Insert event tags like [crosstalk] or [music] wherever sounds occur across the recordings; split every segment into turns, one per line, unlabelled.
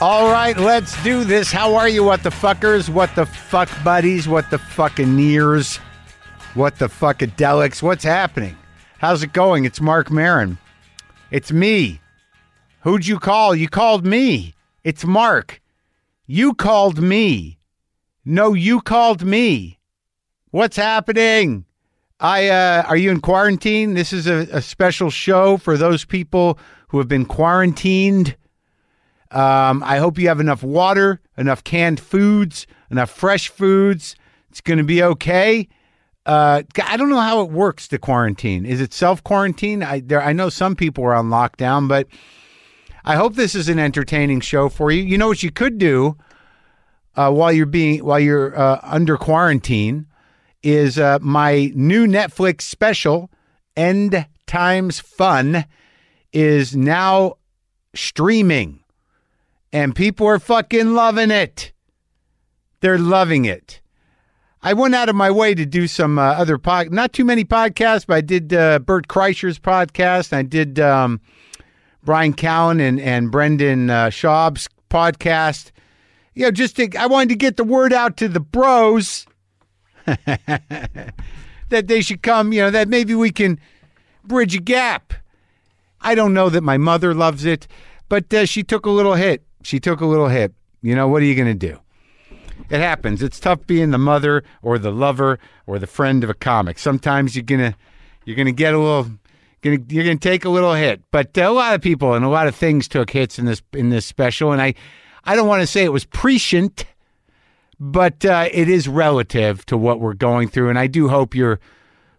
All right, let's do this. How are you, what the fuckers? What the fuck buddies? What the fucking ears? What the fuckadelics? What's happening? How's it going? It's Mark Marin. It's me. Who'd you call? You called me. It's Mark. You called me. No, you called me. What's happening? I uh, are you in quarantine? This is a, a special show for those people who have been quarantined. Um, I hope you have enough water, enough canned foods, enough fresh foods. It's going to be okay. Uh, g- I don't know how it works. The quarantine is it self quarantine? I there I know some people are on lockdown, but I hope this is an entertaining show for you. You know what you could do uh, while you're being while you're uh, under quarantine is uh, my new Netflix special, End Times Fun, is now streaming and people are fucking loving it. They're loving it. I went out of my way to do some uh, other pod, not too many podcasts, but I did uh, Bert Kreischer's podcast. And I did um, Brian Cowan and and Brendan uh, Schaub's podcast. You know, just to, I wanted to get the word out to the bros [laughs] that they should come. You know, that maybe we can bridge a gap. I don't know that my mother loves it, but uh, she took a little hit. She took a little hit. You know, what are you going to do? It happens. It's tough being the mother or the lover or the friend of a comic. Sometimes you're going to you're going to get a little gonna, you're going to take a little hit. But uh, a lot of people and a lot of things took hits in this in this special and I I don't want to say it was prescient, but uh, it is relative to what we're going through and I do hope you're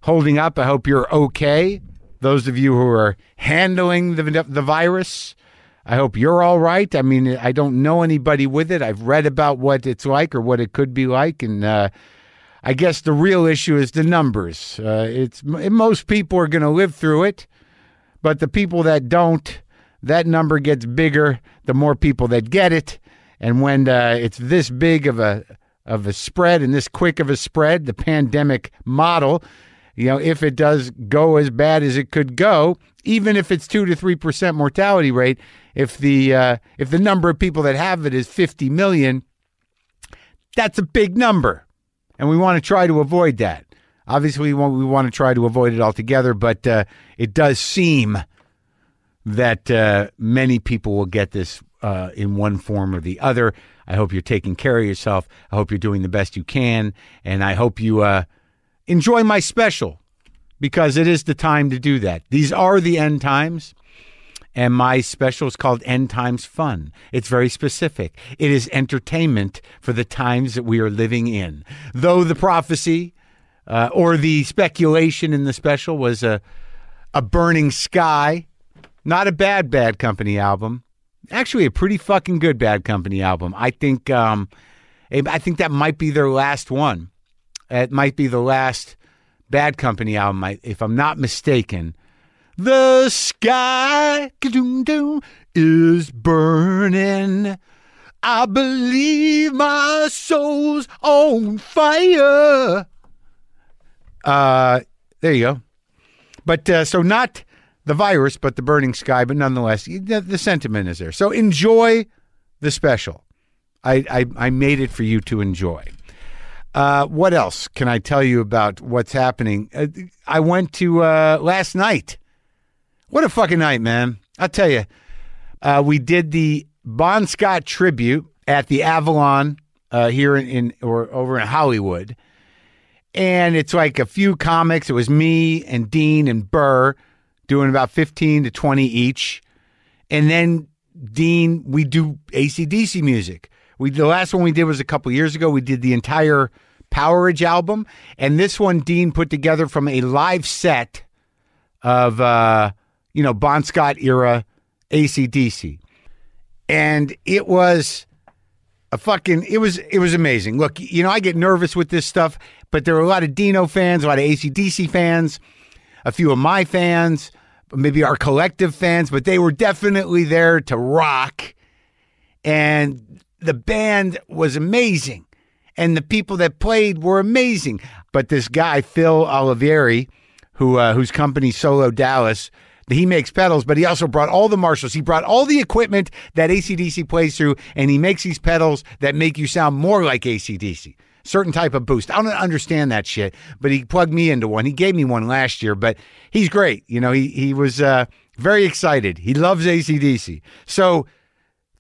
holding up. I hope you're okay. Those of you who are handling the the virus, I hope you're all right. I mean, I don't know anybody with it. I've read about what it's like or what it could be like, and uh, I guess the real issue is the numbers. Uh, it's m- most people are going to live through it, but the people that don't, that number gets bigger the more people that get it, and when uh, it's this big of a of a spread and this quick of a spread, the pandemic model, you know, if it does go as bad as it could go, even if it's two to three percent mortality rate, if the uh, if the number of people that have it is fifty million, that's a big number, and we want to try to avoid that. Obviously, we want, we want to try to avoid it altogether, but uh, it does seem that uh, many people will get this uh, in one form or the other. I hope you're taking care of yourself. I hope you're doing the best you can, and I hope you uh, enjoy my special because it is the time to do that. These are the end times. And my special is called End Times Fun. It's very specific. It is entertainment for the times that we are living in. Though the prophecy uh, or the speculation in the special was a, a Burning Sky, not a bad Bad Company album. Actually, a pretty fucking good Bad Company album. I think um, I think that might be their last one. It might be the last Bad Company album, I- if I'm not mistaken. The sky ka-doom-doom, is burning. I believe my soul's on fire. Uh, there you go. But uh, so not the virus, but the burning sky. But nonetheless, you- the, the sentiment is there. So enjoy the special. I, I, I made it for you to enjoy. Uh, what else can I tell you about what's happening? Uh, I went to uh, last night. What a fucking night, man. I'll tell you. Uh, we did the Bon Scott tribute at the Avalon uh, here in, in or over in Hollywood. And it's like a few comics. It was me and Dean and Burr doing about 15 to 20 each. And then Dean, we do ACDC music. We the last one we did was a couple years ago. We did the entire Powerage album, and this one Dean put together from a live set of uh, you know Bon Scott era ACDC, and it was a fucking it was it was amazing. Look, you know I get nervous with this stuff, but there were a lot of Dino fans, a lot of ACDC fans, a few of my fans, maybe our collective fans, but they were definitely there to rock and the band was amazing and the people that played were amazing but this guy phil olivieri who uh, whose company solo dallas He makes pedals, but he also brought all the marshals. He brought all the equipment that ACDC plays through, and he makes these pedals that make you sound more like ACDC. Certain type of boost. I don't understand that shit, but he plugged me into one. He gave me one last year, but he's great. You know, he he was uh, very excited. He loves ACDC. So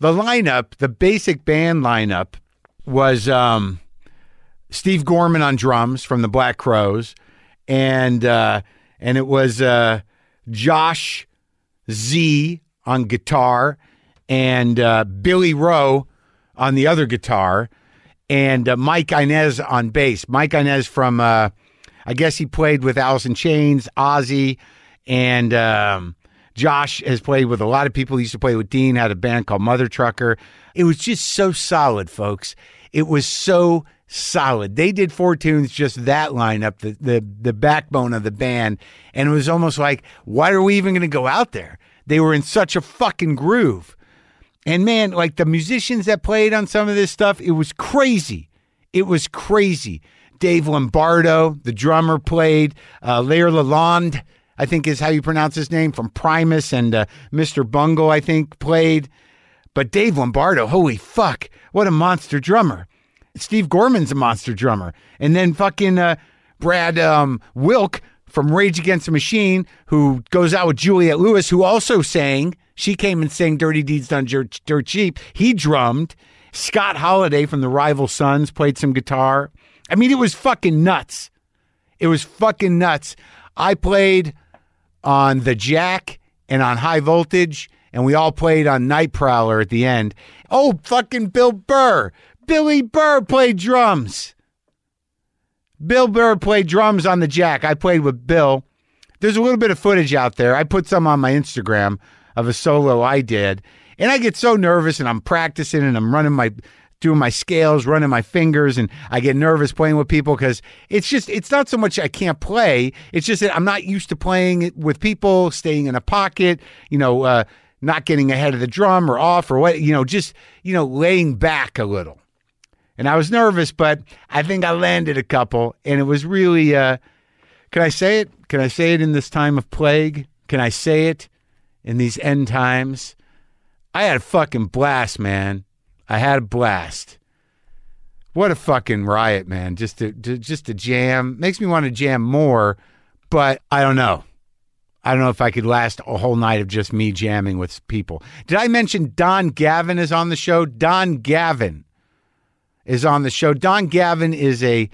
the lineup, the basic band lineup, was um, Steve Gorman on drums from the Black Crows, and uh, and it was uh, Josh Z on guitar, and uh, Billy Rowe on the other guitar, and uh, Mike Inez on bass. Mike Inez from, uh, I guess he played with Alice in Chains, Ozzy, and um, Josh has played with a lot of people. He used to play with Dean, had a band called Mother Trucker. It was just so solid, folks. It was so solid. They did four tunes, just that lineup, the the, the backbone of the band, and it was almost like, why are we even going to go out there? They were in such a fucking groove. And man, like the musicians that played on some of this stuff, it was crazy. It was crazy. Dave Lombardo, the drummer, played. Uh, Lair Lalonde, I think is how you pronounce his name, from Primus, and uh, Mr. Bungle, I think, played. But Dave Lombardo, holy fuck, what a monster drummer. Steve Gorman's a monster drummer. And then fucking uh, Brad um, Wilk from Rage Against the Machine, who goes out with Juliet Lewis, who also sang. She came and sang Dirty Deeds Done Dirt, Dirt Cheap. He drummed. Scott Holiday from the Rival Sons played some guitar. I mean, it was fucking nuts. It was fucking nuts. I played on the jack and on high voltage, and we all played on Night Prowler at the end. Oh, fucking Bill Burr. Billy Burr played drums. Bill Burr played drums on the jack. I played with Bill. There's a little bit of footage out there. I put some on my Instagram of a solo I did. And I get so nervous and I'm practicing and I'm running my doing my scales, running my fingers, and I get nervous playing with people because it's just it's not so much I can't play. It's just that I'm not used to playing it with people, staying in a pocket, you know, uh, not getting ahead of the drum or off or what, you know, just you know, laying back a little. And I was nervous, but I think I landed a couple, and it was really. Uh, can I say it? Can I say it in this time of plague? Can I say it in these end times? I had a fucking blast, man. I had a blast. What a fucking riot, man! Just to, to just to jam makes me want to jam more, but I don't know. I don't know if I could last a whole night of just me jamming with people. Did I mention Don Gavin is on the show? Don Gavin is on the show. Don Gavin is a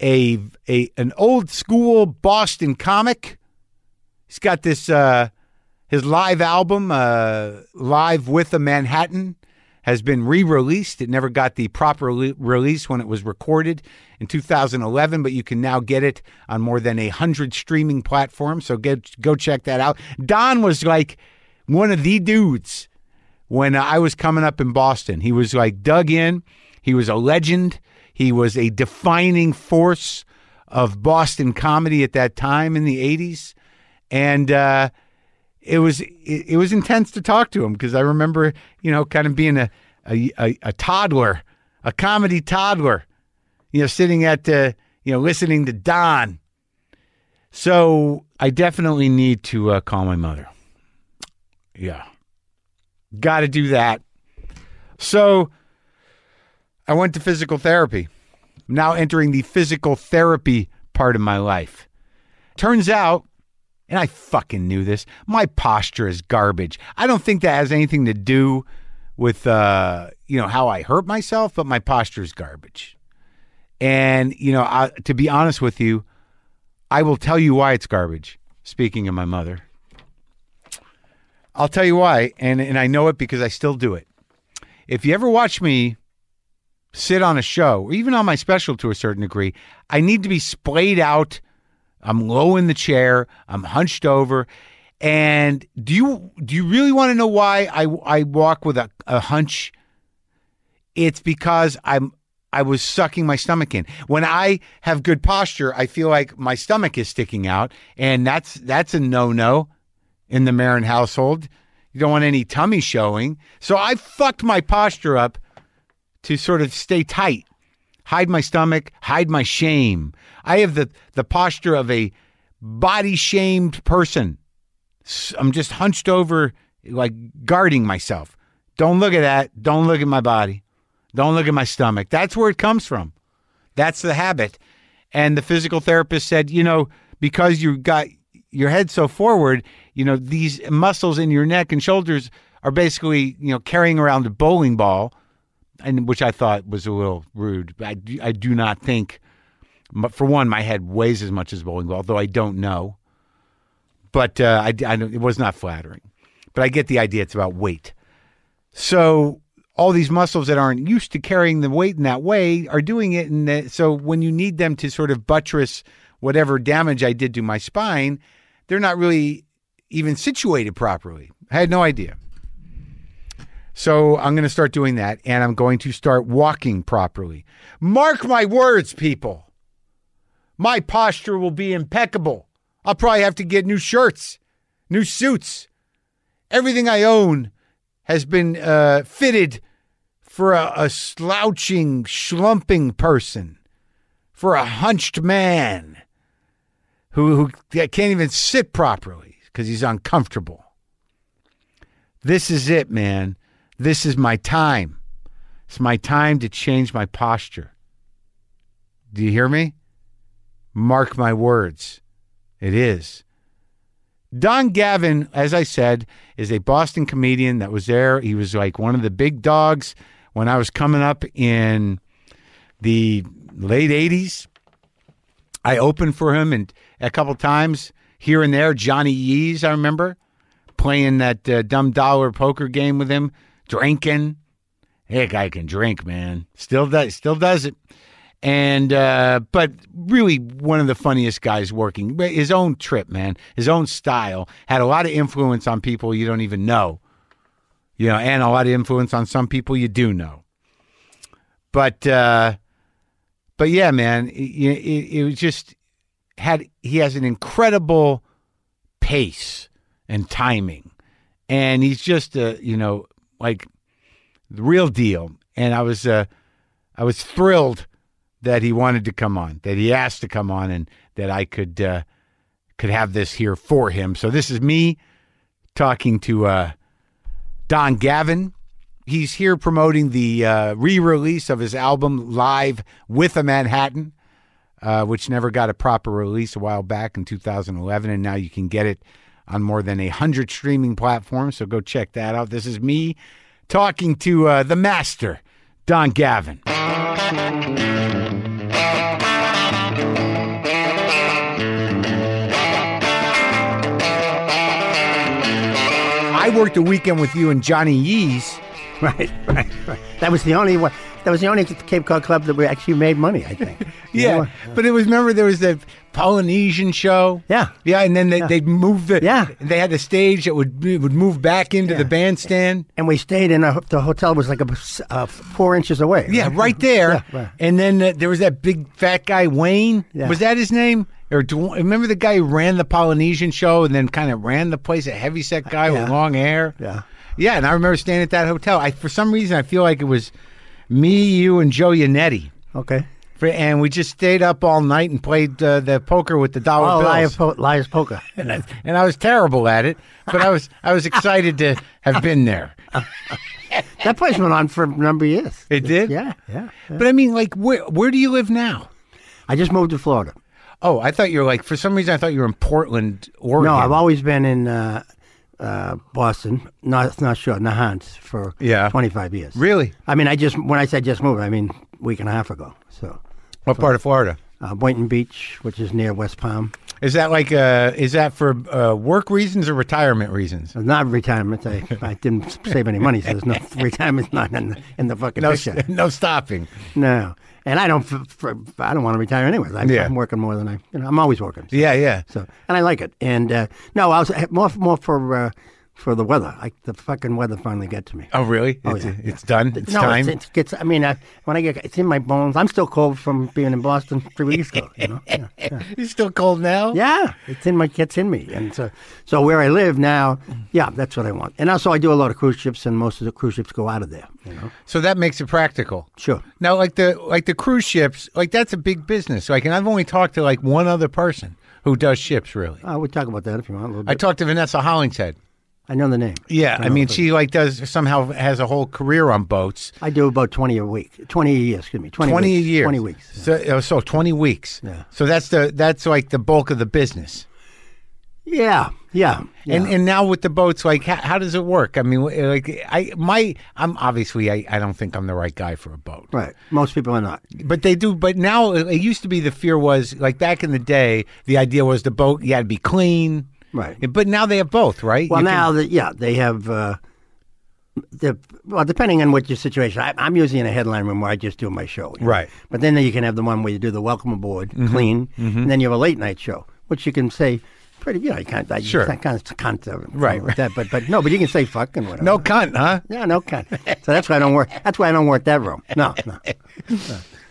a a an old school Boston comic. He's got this uh his live album uh Live with a Manhattan has been re-released. It never got the proper le- release when it was recorded in 2011, but you can now get it on more than a hundred streaming platforms. So get go check that out. Don was like one of the dudes when I was coming up in Boston. He was like dug in. He was a legend. He was a defining force of Boston comedy at that time in the 80s. And uh, it was it, it was intense to talk to him because I remember, you know, kind of being a, a, a, a toddler, a comedy toddler, you know, sitting at, uh, you know, listening to Don. So I definitely need to uh, call my mother. Yeah. Got to do that. So I went to physical therapy. I'm now entering the physical therapy part of my life. Turns out, and I fucking knew this, my posture is garbage. I don't think that has anything to do with uh, you know how I hurt myself, but my posture is garbage. And you know, I, to be honest with you, I will tell you why it's garbage. Speaking of my mother, I'll tell you why, and and I know it because I still do it. If you ever watch me sit on a show, or even on my special to a certain degree, I need to be splayed out. I'm low in the chair. I'm hunched over. And do you do you really want to know why I I walk with a, a hunch? It's because I'm I was sucking my stomach in. When I have good posture, I feel like my stomach is sticking out, and that's that's a no no in the Marin household. You don't want any tummy showing. So I fucked my posture up to sort of stay tight, hide my stomach, hide my shame. I have the, the posture of a body shamed person. s- I'm just hunched over, like guarding myself. Don't look at that. Don't look at my body. Don't look at my stomach. That's where it comes from. That's the habit. And the physical therapist said, you know, because you got your head so forward, you know, these muscles in your neck and shoulders are basically, you know, carrying around a bowling ball, and which I thought was a little rude. I, do- I do not think, but for one, my head weighs as much as a bowling ball, though I don't know. But uh, I, I don't- it was not flattering. But I get the idea. It's about weight. So all these muscles that aren't used to carrying the weight in that way are doing it, and that- so when you need them to sort of buttress whatever damage I did to my spine, they're not really even situated properly. I had no idea. So I'm going to start doing that, and I'm going to start walking properly. Mark my words, people. My posture will be impeccable. I'll probably have to get new shirts, new suits. Everything I own has been uh, fitted for a, a slouching, schlumping person, for a hunched man who, who can't even sit properly because he's uncomfortable. This is it, man. This is my time. It's my time to change my posture. Do you hear me? Mark my words. It is. Don Gavin, as I said, is a Boston comedian that was there. He was like one of the big dogs when I was coming up in the late 80s. I opened for him and a couple times here and there. Johnny Yees, I remember playing that uh, dumb dollar poker game with him, drinking. That guy can drink, man. Still does, still does it. And uh, but really, one of the funniest guys working. But His own trip, man. His own style had a lot of influence on people you don't even know. You know, and a lot of influence on some people you do know. But uh, but yeah, man. It, it, it was just had he has an incredible pace and timing. And he's just a, you know, like the real deal. And I was uh I was thrilled that he wanted to come on, that he asked to come on and that I could uh could have this here for him. So this is me talking to uh Don Gavin. He's here promoting the uh, re-release of his album Live with a Manhattan uh, which never got a proper release a while back in 2011, and now you can get it on more than a hundred streaming platforms. So go check that out. This is me talking to uh, the master, Don Gavin. I worked a weekend with you and Johnny Yees.
Right, right, right. [laughs] That was the only one. That was the only Cape Cod club that we actually made money. I think.
[laughs] Yeah, but it was remember there was the Polynesian show.
Yeah.
yeah, and then they they moved the
Yeah.
They had the stage that would it would move back into the bandstand.
And we stayed in a, the hotel was like a, uh, four inches away.
Yeah, right there.
Yeah, right.
And then uh, there was that big fat guy Wayne.
Yeah.
Was that his name? Or Dw- remember the guy who ran the Polynesian show and then kind of ran the place? A heavyset guy with
Yeah.
long hair.
Yeah.
yeah. And I remember staying at that hotel. I for some reason I feel like it was me, you, and Joe Yannetti.
Okay.
For- And we just stayed up all night and played uh, the poker with the dollar
Oh,
bills.
live, po- live poker.
[laughs] and I was terrible at it, but I was I was excited to have been there.
[laughs] that place went on for a number of years.
It did,
Yeah, yeah. yeah.
But I mean, like, where where do you live now?
I just moved to Florida.
Oh, I thought you were like for some reason I thought you were in Portland, Oregon.
No, I've always been in uh, uh, Boston, not not sure, Nahant for
Yeah.
25 years.
really.
I mean, I just when I said just moved, I mean week and a half ago. So,
What part of Florida
uh, Boynton Beach, which is near West Palm.
is that? Like, uh, is that for uh, work reasons or retirement reasons?
It's not
[laughs]
retirement. I, I didn't save any money, so there's no retirement's not in the, in the fucking
No,
picture.
[laughs] no stopping.
No, and I don't. F- f- I don't want to retire anyways. I,
Yeah.
I'm working more than I. You know, I'm always working.
Yeah, yeah.
So, and I like it. And uh, no, I was more more for uh, for the weather. I, the fucking weather finally got to me.
Oh, really?
Oh,
it's,
yeah,
it's done. It's
no,
time.
It's, it gets. I mean, I, when I get, it's in my bones. I'm still cold from being in Boston three weeks ago. You know. Yeah. yeah.
[laughs] It's still cold now.
uh, Yeah, it's in my it's in me, and so so where I live now, yeah, that's what I want. And also, I do a lot of cruise ships, and most of the cruise ships go out of there. You know,
So that makes it practical.
sure.
Now, like the like the cruise ships, like that's a big business. Like, and I've only talked to like one other person who does ships, really.
Uh, we talk about that if you want a little
I
bit.
talked to Vanessa Hollingshead.
I know the name.
Yeah, I mean, she like does somehow has a whole career on boats.
I do about 20 a week. 20 a year, excuse me. 20,
Twenty
weeks,
a year.
20 weeks.
So, uh, so twenty weeks.
Yeah.
So that's the that's like the bulk of the business.
Yeah, yeah.
And and now with the boats, like how, how does it work? I mean, w- like I my I'm obviously I, I don't think I'm the right guy for a boat.
right. Most people are not.
But they do. But now it it used to be the fear was like back in the day, the idea was the boat you had to be clean.
Right.
But now they have both, right?
Well,
You can- [laughs]
now that yeah, they have. Uh, the, well, depending on what your situation, I, I'm usually in a headline room where I just do my show. you know.
Right. Mm-hmm.
But then you can have the one where you do the welcome aboard, clean, and then you have a late night show, which you can say pretty. You know, you can't. I,
Sure.
Can't, can't, can't, uh,
Right,
Like that, but but no, but you can say fuck and whatever.
no cunt, huh?
Yeah, no cunt. So that's why I don't work. That's why I don't work that room. No, no.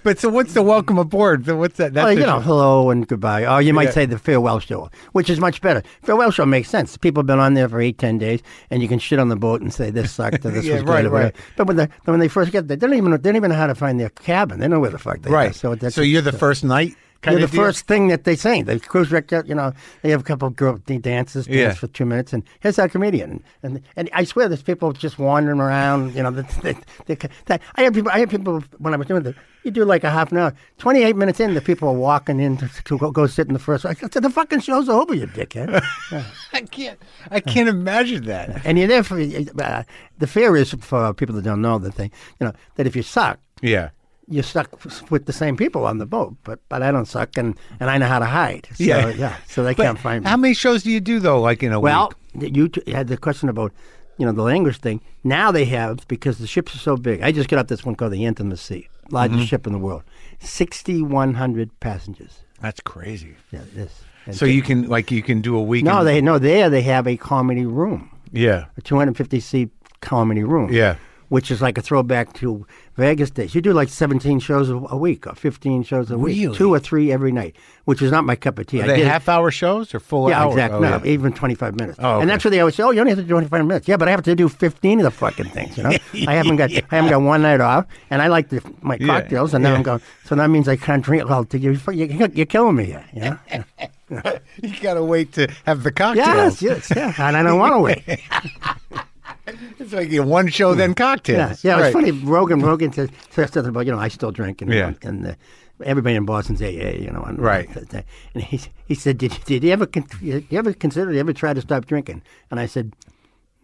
But so what's the welcome aboard? What's that? That's
Well,
a-
you know, hello and goodbye. Or you might
Yeah.
say the farewell show, which is much better. Farewell show makes sense. People have been on there for eight, ten days, and you can shit on the boat and say
[laughs]
this sucked or this
Yeah,
was good
right,
or whatever.
right.
But when they when they first get there, they don't even they don't even know how to find their cabin. They don't know where the fuck they
[laughs]
are.
right.
So that's
you're the first night.
you're
Kind
the
of deal?
first thing that they sing. The cruise wreck, you know, they have a couple of girl d- dances, dance
Yeah.
for two minutes, and here's our comedian. And and I swear, there's people just wandering around. You know, that that that- that- I had people. I had people when I was doing this. You do like a half an hour, 28 minutes in, the people are walking in to, to go, go sit in the first. I said, the fucking show's over, you dickhead.
[laughs] I can't. I can't imagine that.
and you're there for uh, the fear is for people that don't know the thing. You know that if you suck,
Yeah.
you're stuck with the same people on the boat, but but I don't suck, and, and I know how to hide. So,
Yeah.
yeah, So they can't find me.
How many shows do you do though? Like in a
well,
week?
th- you t- had the question about you know the language thing. Now they have because the ships are so big. I just got up this one called the Intimacy, largest
Mm-hmm.
ship in the world, sixty one hundred passengers.
That's crazy.
Yeah, this. And
So you can like you can do a week.
no,
in-
they no there they have a comedy room,
Yeah.
a two hundred fifty seat comedy room.
Yeah.
Which is like a throwback to Vegas days. You do like 17 shows a a week or 15 shows a
Really?
week, two or three every night, which is not my cup of tea. I
Are they
did it-
half hour shows or full
Yeah,
hour?
exactly.
Oh,
no,
yeah.
even 25 minutes.
Oh, okay.
And that's what they always say, oh, you only have to do 25 minutes. Yeah, but I have to do 15 of the fucking things, you
[laughs]
know? I haven't got I haven't got one night off, and I like the, my cocktails, and now I'm going, so that means I can't drink all to you. You're, you're killing me here,
[laughs]
you know?
You gotta wait to have the cocktails.
yes, yes, yeah. And I don't want to wait.
It's like you one show then
Yeah,
cocktails.
Hmm. yeah
Right.
it's funny. Rogan, Rogan says, says something about, you know, I still drink, and,
Yeah.
and uh, everybody in Boston's AA, you know. And,
Right.
And he, he said, did, did you ever, con- did you ever consider, did you ever try to stop drinking? And I said,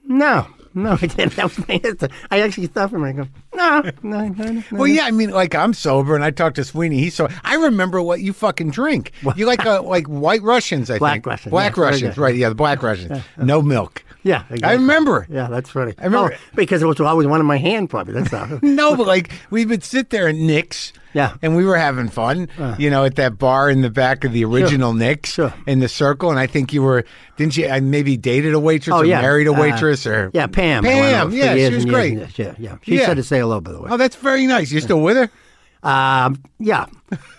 No, no, [laughs] I didn't. That was my answer. I actually stopped him and I go, no, no, no, no.
Well, yeah, I mean, like I'm sober, and I talked to Sweeney. He's so I remember what you fucking drink. You like uh, like white Russians, I
Black
think.
Russian,
Black
yes, very
Russians,
good.
right? Yeah, the black Russians. No milk.
yeah,
I
exactly.
remember.
Yeah, that's funny. I
remember-
because it was always one in my hand, probably. That's all.
[laughs] No, but like we would sit there at Nick's.
Yeah. Uh.
And we were having fun, you know, at that bar in the back of the original Nick's
sure.
in the circle. And I think you were, didn't you? I maybe dated a waitress
Oh,
or
yeah.
married a
Uh,
waitress or.
yeah, Pam. I went
Pam,
out for
yeah,
years
she was
and years
great.
and years. Yeah, yeah. She
Yeah.
said to say hello, by the way.
Oh, that's very nice. You're still with her?
Um, yeah,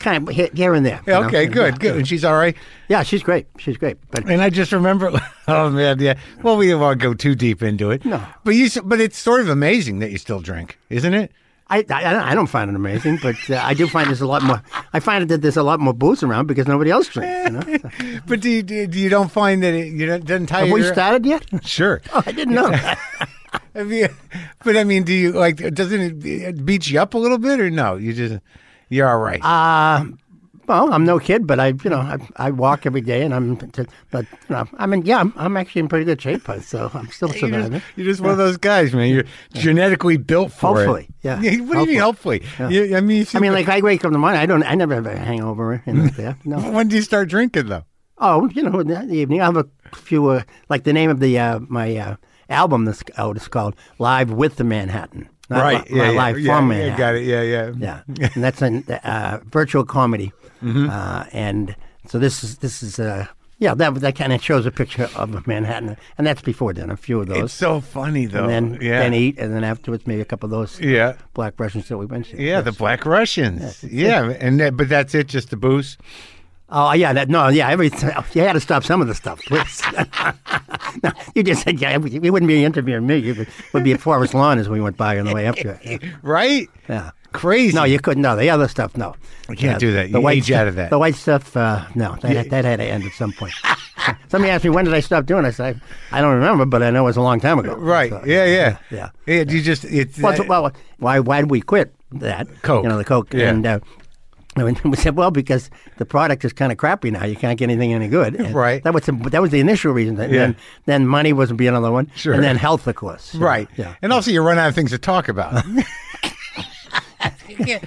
kind of here, here and there. you
Yeah,
know?
okay,
And,
good,
yeah,
good. And she's all right.
Yeah, she's great. She's great. But
And I just remember, [laughs] oh man, yeah. Well, we didn't want to go too deep into it.
No.
But you, s- but it's sort of amazing that you still drink, isn't it?
I, I, I don't- I don't find it amazing, but uh, I do find there's a lot more. I find that there's a lot more booze around because nobody else drinks.
[laughs]
You know?
But do you, do you don't find that it you don't, doesn't tie
Have
you
we started yet? [laughs]
Sure. [laughs]
Oh, I didn't know. that.
I mean, but I mean, do you like? Doesn't it- it beat you up a little bit, or no? You just you're all right.
Uh, well, I'm no kid, but I, you know, I, I walk every day, and I'm, but you know, I mean, yeah, I'm, I'm actually in pretty good shape, so I'm still
you're,
surviving.
just, you're just one of those guys, man. You're genetically built for
Hopefully,
it. [laughs]
yeah.
What do you mean, hopefully? You- I mean, you
I
seem-
mean, like I wake up in the morning, I don't, I never have a hangover or anything like that. No.
when do you start drinking though?
Oh, you know, in the evening I have a few. Uh, like the name of the uh, my uh, album that's out is called "Live with the Manhattan." Not
right.
li- my
yeah,
live
yeah,
from
yeah,
Manhattan.
yeah. Got it. Yeah. Yeah.
Yeah, and that's a uh, virtual comedy,
Mm-hmm.
uh, and so this is this is uh, yeah that that kind of shows a picture of Manhattan, and that's before dinner, a few of
It's
those,
so funny though.
and then
yeah.
then eat, and then afterwards maybe a couple of those
Yeah.
black Russians that we mentioned.
Yeah, the Black Russians. Yeah, and that, but that's it, just the booze.
Oh yeah, that, no, yeah, every [laughs] you had to stop some of the stuff, [laughs] please. no, you just said yeah,
[laughs]
every- you wouldn't be interviewing me. You would, would be at Forest Lawn as we went by on the way up to it.
Right?
Yeah,
Crazy.
No, you couldn't. No, the other stuff, no. You
can't do that. You age
stuff,
out of that.
The white stuff, uh, no. That, had- that had to end at some point. [laughs] Somebody asked me, when did I stop doing it? I said, I, I don't remember, but I know it was a long time ago.
Right.
So,
yeah, yeah.
Yeah.
You just it's uh,
Well, so- well, why why did we quit that?
Coke.
You know, the Coke.
Yeah.
And uh, [laughs] I mean, we said, well, because the product is kind of crappy now. You can't get anything any good. And
Right.
That was the, that was the initial reason. And
Yeah.
then, then money was be another one.
Sure.
And then health, of course. So,
right.
Yeah.
And also, you run out of things to talk
[laughs]
about. [laughs]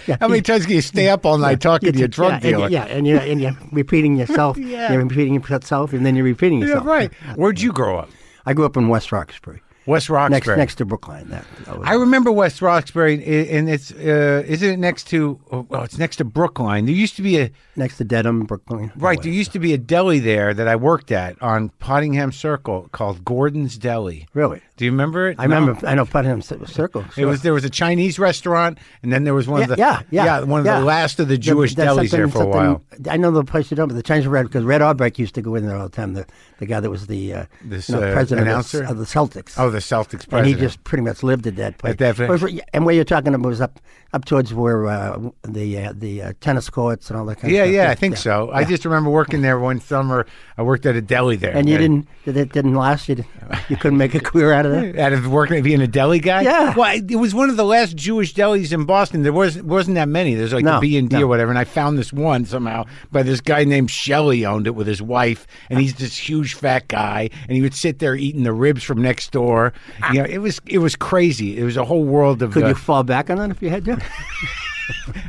How many times can you stay up all night talking to your drug
yeah,
dealer?
And, yeah, and you're, and you're repeating yourself.
[laughs] Yeah.
You're repeating yourself, and then you're repeating
Yeah,
yourself.
right. Where'd you grow up?
I grew up in West Roxbury.
West
Next,
Roxbury.
next to Brookline. That, that was-
I remember West Roxbury, i- and it's uh, isn't it next to? Oh, well, it's next to Brookline. There used to be a
next to Dedham, Brookline.
right. There used to be a deli there that I worked at on Pottingham Circle called Gordon's Deli.
Really?
Do you remember it?
I remember. I know Putnam Circle.
It
sure.
was there was a Chinese restaurant, and then there was one of the
yeah, yeah,
one of
yeah.
the last of the
Yeah,
Jewish
that's
delis there
something-
for a while.
something- I know the place you don't, but the Chinese Red because Red Auerbach used to go in there all the time. The the guy that was the uh,
This,
you know,
uh,
president of
announcer?
the, of the Celtics.
Oh, the Celtics president.
and he just pretty much lived at that place.
At that place.
Or- yeah, and where you're talking about was up up towards where uh, the uh, the uh, tennis courts and all that kind
yeah,
of stuff.
yeah, I think so. I just remember working there one summer. I worked at a deli there,
And you didn't that didn't last. You, didn't- you couldn't make a [laughs] career out of that.
[laughs] out of working being a deli guy.
Yeah.
well, I, it was one of the last Jewish delis in Boston. There was wasn't that many. There's like
No,
the B and D or
no.
whatever. And I found this one somehow by this guy named Shelley owned it with his wife, and he's this huge fat guy, and he would sit there eating the ribs from next door. You know, it was it was crazy. It was a whole world of.
Could
uh, [laughs]
you fall back on that if you had to?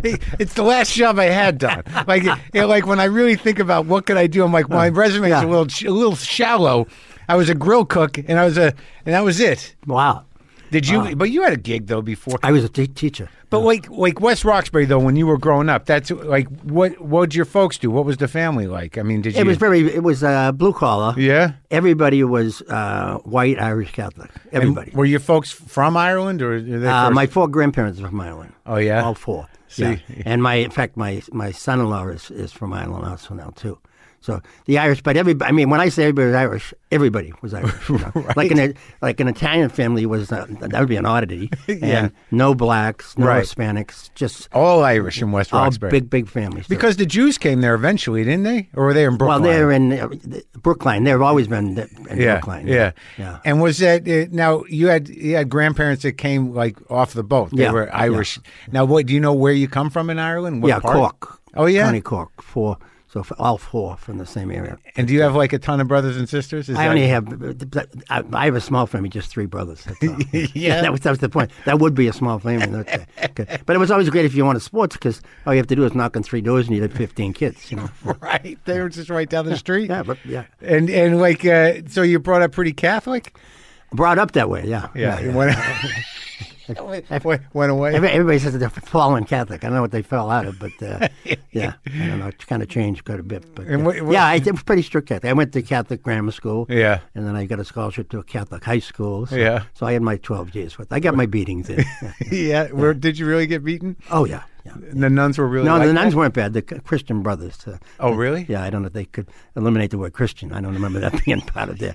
Hey, it's the last job I had
[laughs]
done. Like, you know, like when I really think about what could I do, I'm like, my resume is
Uh, Yeah.
a little, sh- a little shallow. I was a grill cook, and I was a, and that was it.
wow,
Did you?
Uh.
But you had a gig though before.
I was a te- teacher.
But like, like West Roxbury though, when you were growing up, that's like, what, what'd your folks do? What was the family like? I mean, did you?
It was very. It was uh, blue collar.
Yeah?
Everybody was uh, white Irish Catholic. Everybody.
Were your folks from Ireland or? Are they
Uh,
first-
my four grandparents are from Ireland.
Oh, yeah?
all four.
See.
Yeah. and my in fact, my my son-in-law is, is from Ireland also now too. So the Irish, but every I mean, when I say everybody was Irish, everybody was
[laughs]
Irish. you know. Like an like an Italian family was uh, that would be an
[laughs]
oddity. And no blacks, no
Right.
Hispanics, just
all Irish in West
all
Roxbury.
big big families. So-
because the Jews came there eventually, didn't they? Or were they in
well,
Brooklyn?
they're in uh, th- Brookline. They've always been th- in
yeah,
Brookline.
Yeah.
yeah.
And was that uh, now you had you had grandparents that came like off the boat? They
Yeah,
were
yeah.
Irish. Now, what do you know where you come from in Ireland? What
yeah,
part?
Cork.
Oh yeah.
County Cork. Four. So f- all four from the same area.
And do you have like a ton of brothers and sisters? Is
I
that- [laughs]
only have. I, I have a small family, just three brothers.
[laughs]
That's all.
Yeah.
that was that was the point. That would be a small family. that's it. Okay. But it was always great if you wanted sports because all you have to do is knock on three doors and you have fifteen kids. You know.
right. They were just right down the street.
[laughs] Yeah, but yeah,
And and like uh, so, you brought up pretty Catholic.
brought up that way. Yeah.
It
[laughs]
Went, went, went away.
Every- Everybody says that they're fallen Catholic. I don't know what they fell out of, but
[laughs]
uh, yeah, I don't know. It's kind of changed quite a bit. But
And
uh,
what- what-
yeah, I, it was pretty strict Catholic. I went to Catholic grammar school.
Yeah.
and then I got a scholarship to a Catholic high school. So,
Yeah.
so I had my twelve years worth. I got my
[laughs]
beatings in. Yeah.
yeah. Where did you really get beaten?
Oh yeah, yeah.
The nuns were really.
No,
like
the
that?
nuns weren't bad. The C- Christian brothers. Uh,
Oh, really?
Yeah, I don't know if they could eliminate the word Christian. I don't remember that [laughs] being part of their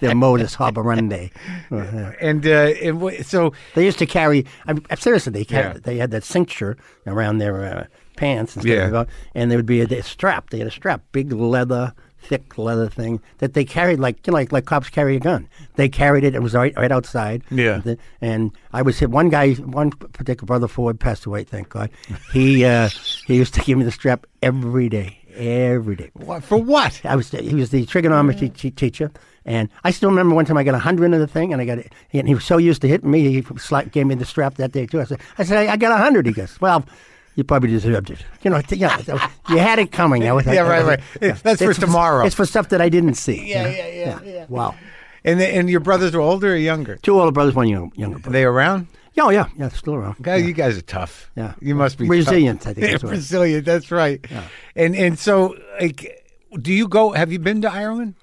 their modus
[laughs]
operandi. Uh, yeah.
And uh, and wh- so
They used to carry. I'm, I'm seriously, they carried,
Yeah.
they had that cincture around their uh, pants and stuff,
Yeah.
like that, and there would be a, a strap. They had a strap, big leather, thick leather thing that they carried like you know, like like cops carry a gun. They carried it. It was right right outside.
Yeah.
The- and I was hit. One guy, one particular brother Ford passed away. Thank God. He uh, he used to give me the strap every day, every day.
wh- for what?
I was he was the trigonometry
Mm-hmm.
te- teacher, and I still remember one time I got a hundred in the thing, and I got it. And he was so used to hitting me, he slapped, gave me the strap that day too. I said, I said, I, I got a hundred. He goes, well. You probably deserved it. You know, t- yeah, so you had it coming. I
[laughs]
was,
Yeah, right, right. That's for
It's
tomorrow.
It's for stuff that I didn't see.
Yeah,
you know?
yeah, yeah, yeah.
Wow.
And the, and your brothers were older or younger?
Two older brothers, one young, younger
Are
brother.
they around?
Yeah, yeah, yeah, still around.
God, you guys are tough.
Yeah.
you must be
Resilient,
tough. [laughs]
I think that's what-
resilient. That's right. And and so like, do you go? Have you been to Ireland?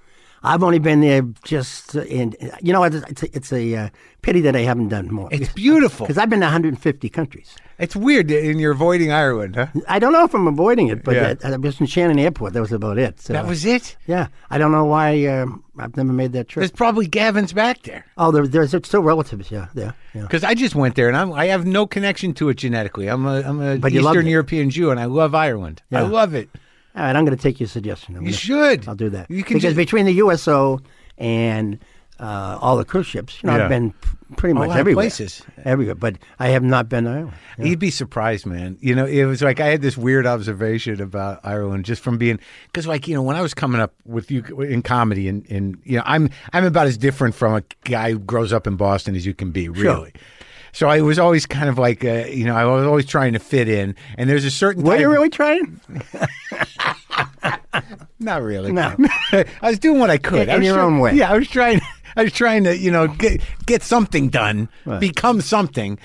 I've only been there just in, you know, what, it's, it's a, it's a uh, pity that I haven't done more. [laughs]
It's beautiful.
Because I've been to 150 countries.
It's weird, that- and you're avoiding Ireland, huh?
I don't know if I'm avoiding it, but
Yeah.
uh, I was in Shannon Airport. That was about it. So,
That was it.
yeah. I don't know why um, I've never made that trip.
There's probably Gavin's back there
oh, there, there's it's still relatives. Yeah, yeah, yeah.
because I just went there, and I'm I have no connection to it genetically. I'm a I'm a
But you loved
Eastern
it.
European Jew, and I love Ireland. I
Yeah.
love it.
All right, I'm going to take your suggestion. I'm
You
gonna-
should.
I'll do that.
You can
because
just-
between the USO and uh, all the cruise ships, you know,
Yeah.
I've been p- pretty much
lot of
everywhere.
places.
Everywhere, but I have not been to Ireland. Yeah.
You'd be surprised, man. You know, it was like I had this weird observation about Ireland just from being because, like, you know, when I was coming up with you in comedy, and and you know, I'm I'm about as different from a guy who grows up in Boston as you can be, really. So I was always kind of like, uh, you know, I was always trying to fit in, and there's a certain.
Were
type-
you really trying?
Not really.
No.
[laughs] I was doing what I could.
In-
I
in
was
your
try-
own way.
Yeah, I was trying. [laughs] I was trying to, you know, get get something done, become something.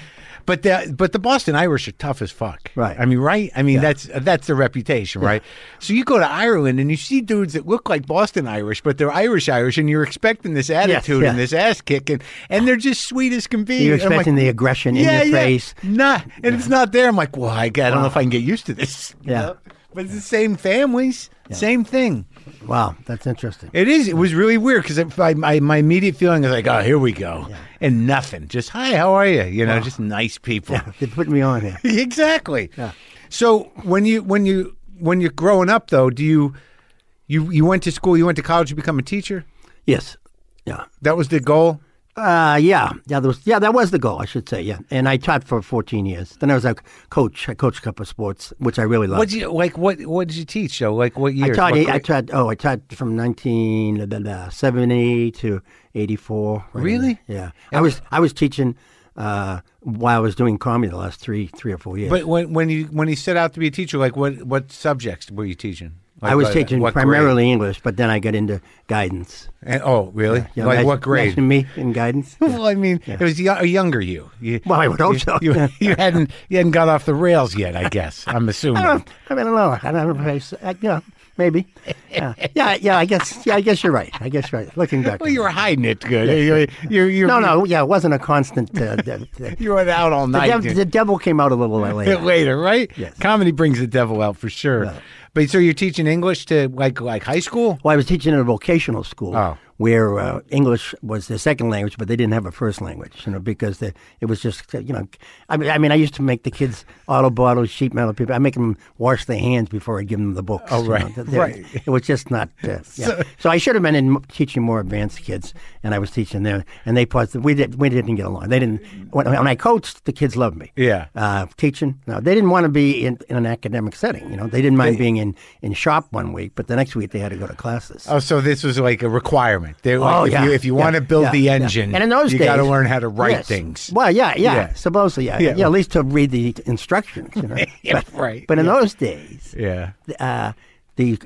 But the but the Boston Irish are tough as fuck.
Right.
I mean, right? I mean, that's that's their reputation, right? So you go to Ireland and you see dudes that look like Boston Irish, but they're Irish Irish, and you're expecting this attitude
yeah.
and this ass kicking, and they're just sweet as can be.
You're
And I'm like,
expecting the aggression in your face.
Nah, and it's not there. I'm like, well, I, I don't know if I can get used to this. you
Yeah.
know? [laughs] But it's the same families, same thing.
Wow, that's interesting.
It is. It was really weird because my, my, my immediate feeling is like, oh, here we go. And nothing. Just, hi, how are you? You know, just nice people.
They put me on here.
[laughs] exactly. So when you, when you, when you're growing up though, do you, you, you went to school, you went to college, you become a teacher?
Yes. Yeah.
That was the goal?
Uh, yeah, yeah, there was, yeah, that was the goal, I should say. Yeah, and I taught for 14 years. Then I was a coach. I coached a couple of sports, which I really loved.
What'd you, like, what, what did you teach though? Like what
I
years?
taught.
What
I
grade?
taught. Oh, I taught from nineteen blah, blah, seventy to eighty four.
Really?
Yeah. I was. I was teaching uh, while I was doing comedy the last three, three or four years.
But when when you when you set out to be a teacher, like what what subjects were you teaching? Like
I was
what-
teaching
what grade?
primarily English, but then I got into guidance.
And- oh, really?
You know,
like
imagine-
what grade?
imagine me in guidance.
[laughs] well, I mean, it was y- a younger you. you
Well, I would hope so. [laughs]
you, you hadn't you hadn't got off the rails yet. I guess I'm assuming.
[laughs] I mean, I don't know. I don't know. if I s- I- Yeah, maybe. Yeah. yeah, yeah. I guess. Yeah, I guess you're right. I guess you're right. Looking back.
well, you were hiding it good. You- you- you-
no, no. Yeah, it wasn't a constant. Uh, [laughs] the, the,
You were out all
the,
night.
dev- the devil came out a little
[laughs]
later.
bit later, right?
Yes.
Comedy brings the devil out for sure. But so you're teaching English to like like high school?
Well, I was teaching at a vocational school
Oh.
where uh, English was their second language, but they didn't have a first language, you know, because the, it was just, uh, you know, I mean, I mean, I used to make the kids auto bottles, sheet metal people. I make them wash their hands before I give them the books.
Oh,
you know.
right,
Th- they-
right.
It was just not. Uh, yeah. so, I should have been in m- teaching more advanced kids, and I was teaching them, and they paused. We did. We didn't get along. They didn't. When, when I coached, the kids loved me
Yeah.
uh, teaching. No, they didn't want to be in, in an academic setting. You know, they didn't mind being in, in shop one week, but the next week they had to go to classes.
Oh, so this was like a requirement. They're like,
Oh,
if
yeah,
you if you
yeah,
want to build
yeah,
the
yeah.
engine,
and in those
you
days,
got to learn how to write
yes.
things.
Well, yeah, yeah,
Yeah.
supposedly, yeah,
Yeah.
yeah, at least to read the instructions. You know,
[laughs] Yeah,
but,
right.
But in those days,
Yeah.
uh, the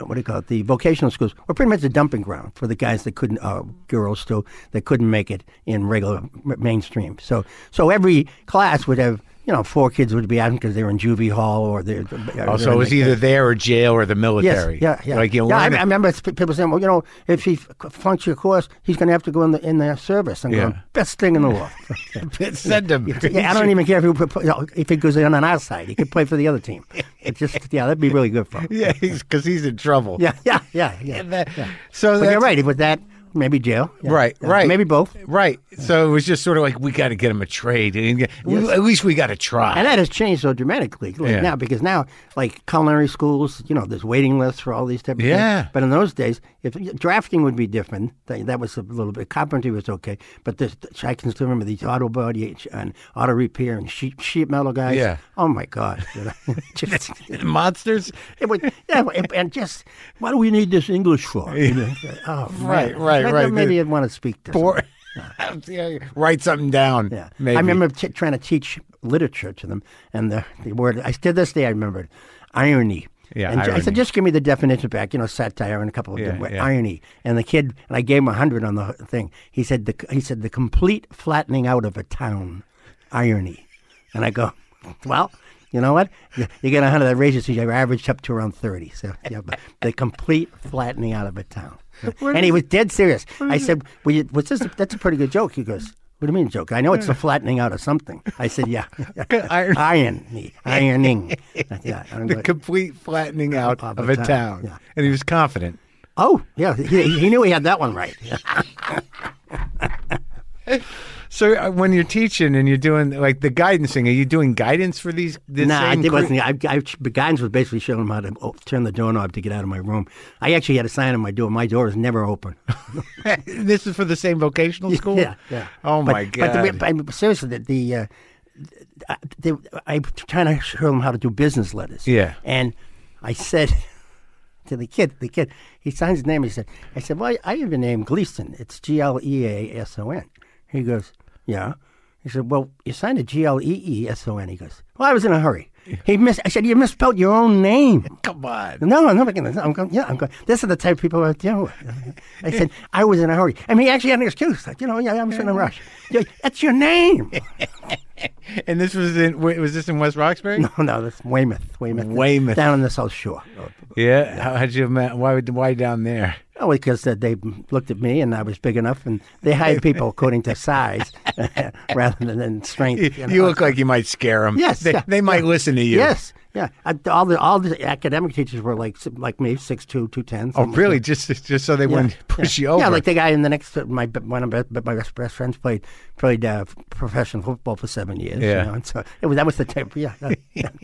what do you call it? The vocational schools were pretty much a dumping ground for the guys that couldn't, uh, girls too, that couldn't make it in regular m- mainstream. So, so every class would have, you know, four kids would be out because they were in juvie hall or they're.
Oh, so it was either there or jail or the military.
Yes, yeah, yeah.
Like you
yeah, I,
learn.
I remember it's- people saying, "Well, you know, if he f- flunks your course, he's going to have to go in the in the service." I'm
Yeah.
going, "Best thing in the
[laughs]
world."
send them.
yeah, I don't even care if he, put- you know, if he goes in on our side; he could play for the
[laughs]
other team. It's just, yeah, that'd be really good for him.
Yeah, because he's in trouble.
Yeah, yeah, yeah,
[laughs]
yeah.
And that- So
But
that's,
you're right. It was that maybe jail. Yeah,
Right,
yeah,
right.
Maybe both.
Right. So it was just sort of like we got to get him a trade. And get- we- at least we got to try.
And that has changed so dramatically like
Yeah.
now because now, like culinary schools, you know, there's waiting lists for all these type of
Yeah.
things. But in those days, if drafting would be different, that, that was a little bit. Carpentry was okay, but this, I can still remember these auto body and auto repair and sheet sheet metal guys.
Yeah.
Oh my god. [laughs] you know, just,
[laughs] Monsters.
it was, yeah, it- and just what do we need this English for? You know, [laughs] oh, man.
Right, right,
Maybe-
right.
Maybe I'd want to speak to.
Or- [laughs] Yeah, write something down.
Yeah,
Maybe.
I remember t- trying to teach literature to them, and the, the word I to this day I remember it, irony.
Yeah,
and j- I
irony.
said, just give me the definition back, you know, satire and a couple of
Yeah,
different
yeah.
irony. And the kid, and I gave him a hundred on the h- thing. He said, the, he said the complete flattening out of a town, irony. And I go, well, you know what? You, you get a hundred that raises you, you're averaged up to around thirty. So yeah, but the complete flattening out of a town. and he was dead serious. I said, well, you, "What's this? That's a pretty good joke." He goes, What do you mean, joke? I know it's the flattening out of something. I said, yeah.
Iron-
Iron. Ironing. yeah, I don't
The
know.
complete flattening out
Of
of,
a
a
town,
town.
yeah.
And he was confident.
oh, yeah. He, he knew he had that one right.
So uh, when you're teaching and you're doing like the guidance thing, are you doing guidance for these? The
No, I
same
did
crew? [laughs]
wasn't. I, I, the guidance was basically showing him how to oh, turn the doorknob to get out of my room. I actually had a sign on my door. My door is never open. [laughs]
Oh this is for the same vocational school.
Yeah, yeah.
Oh
But-
my
But,
god.
the, but I- seriously, the, the uh, I- they, I trying to show them how to do business letters.
Yeah.
And I said [laughs] to the kid, the kid, he signs his name. He said, I said, well, I have your name Gleason. It's G L E A S O N. He goes, yeah. He said, well, you signed it G L E E S O N. He goes, well, I was in a hurry. He mis- I said, you misspelled your own name.
Come on.
No, I'm not going to. I'm going. Yeah, I'm going. This is the type of people I deal with. I said
[laughs]
I was in a hurry. I mean, he actually had an excuse. Like, you know, yeah, I was in a rush. Yeah, That's your name. [laughs]
And this was in wa- was this in West Roxbury?
Oh no, that's Weymouth. Weymouth.
Weymouth.
Down on the South Shore.
Yeah. How, how'd you ma- why would- why down there?
Oh, because uh, they looked at me and I was big enough, and
[laughs]
they hired people according to size [laughs] rather than- than
[laughs]
strength.
You,
know.
look like you might scare them.
Yes,
They,
yeah,
they might listen to you.
Yes. Yeah. I, all the all the academic teachers were like like me, six two, two ten.
Oh, really? Just just so they wouldn't push
yeah.
you over.
Yeah, like the guy in the next my one of my best- my best, best friends played played uh, professional football for seven years. you
Yeah.
know, and so it was, that was the
[laughs]
type. Yeah, that,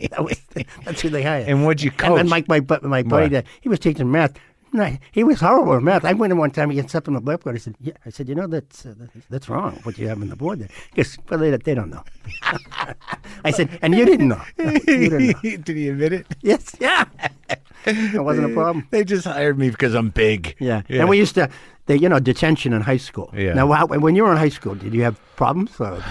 that was that's who they hired.
And what'd you
[laughs] And, and
coach?
Mike, my bu- my buddy,
What?
that he was teaching math. No, he was horrible at math. I went in one time. He gets up on the blackboard. I said, "Yeah." I said, "You know that's uh, that's- that's wrong. What you have on the board there?" Because well, they, they don't know. [laughs] I said, "And you didn't know." [laughs] you didn't know.
[laughs] Did he admit it?
Yes, yeah. [laughs] It wasn't a problem.
They just hired me because I'm big.
Um, Yeah. And we used to, they, you know, detention in high school.
Yeah.
Now, how, when you were in high school, did you have problems? Or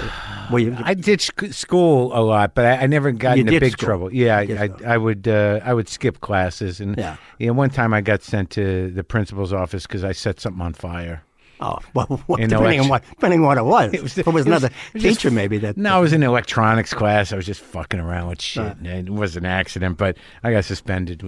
were you,
I ditched sc- school a lot, but I, I never got
You
into
ditched
big
school.
trouble. Yeah,
You
I,
ditched
I, I would uh, I would skip classes, and
Yeah.
you know, one time I got sent to the principal's office because I set something on fire.
oh, [laughs] well, what,
In
depending, on
elect-
what, depending on what it was. It was,
the- it
another
it was just-
teacher, maybe, that.
No, I was in electronics class. I was just fucking around with shit. and it was an accident, but I got suspended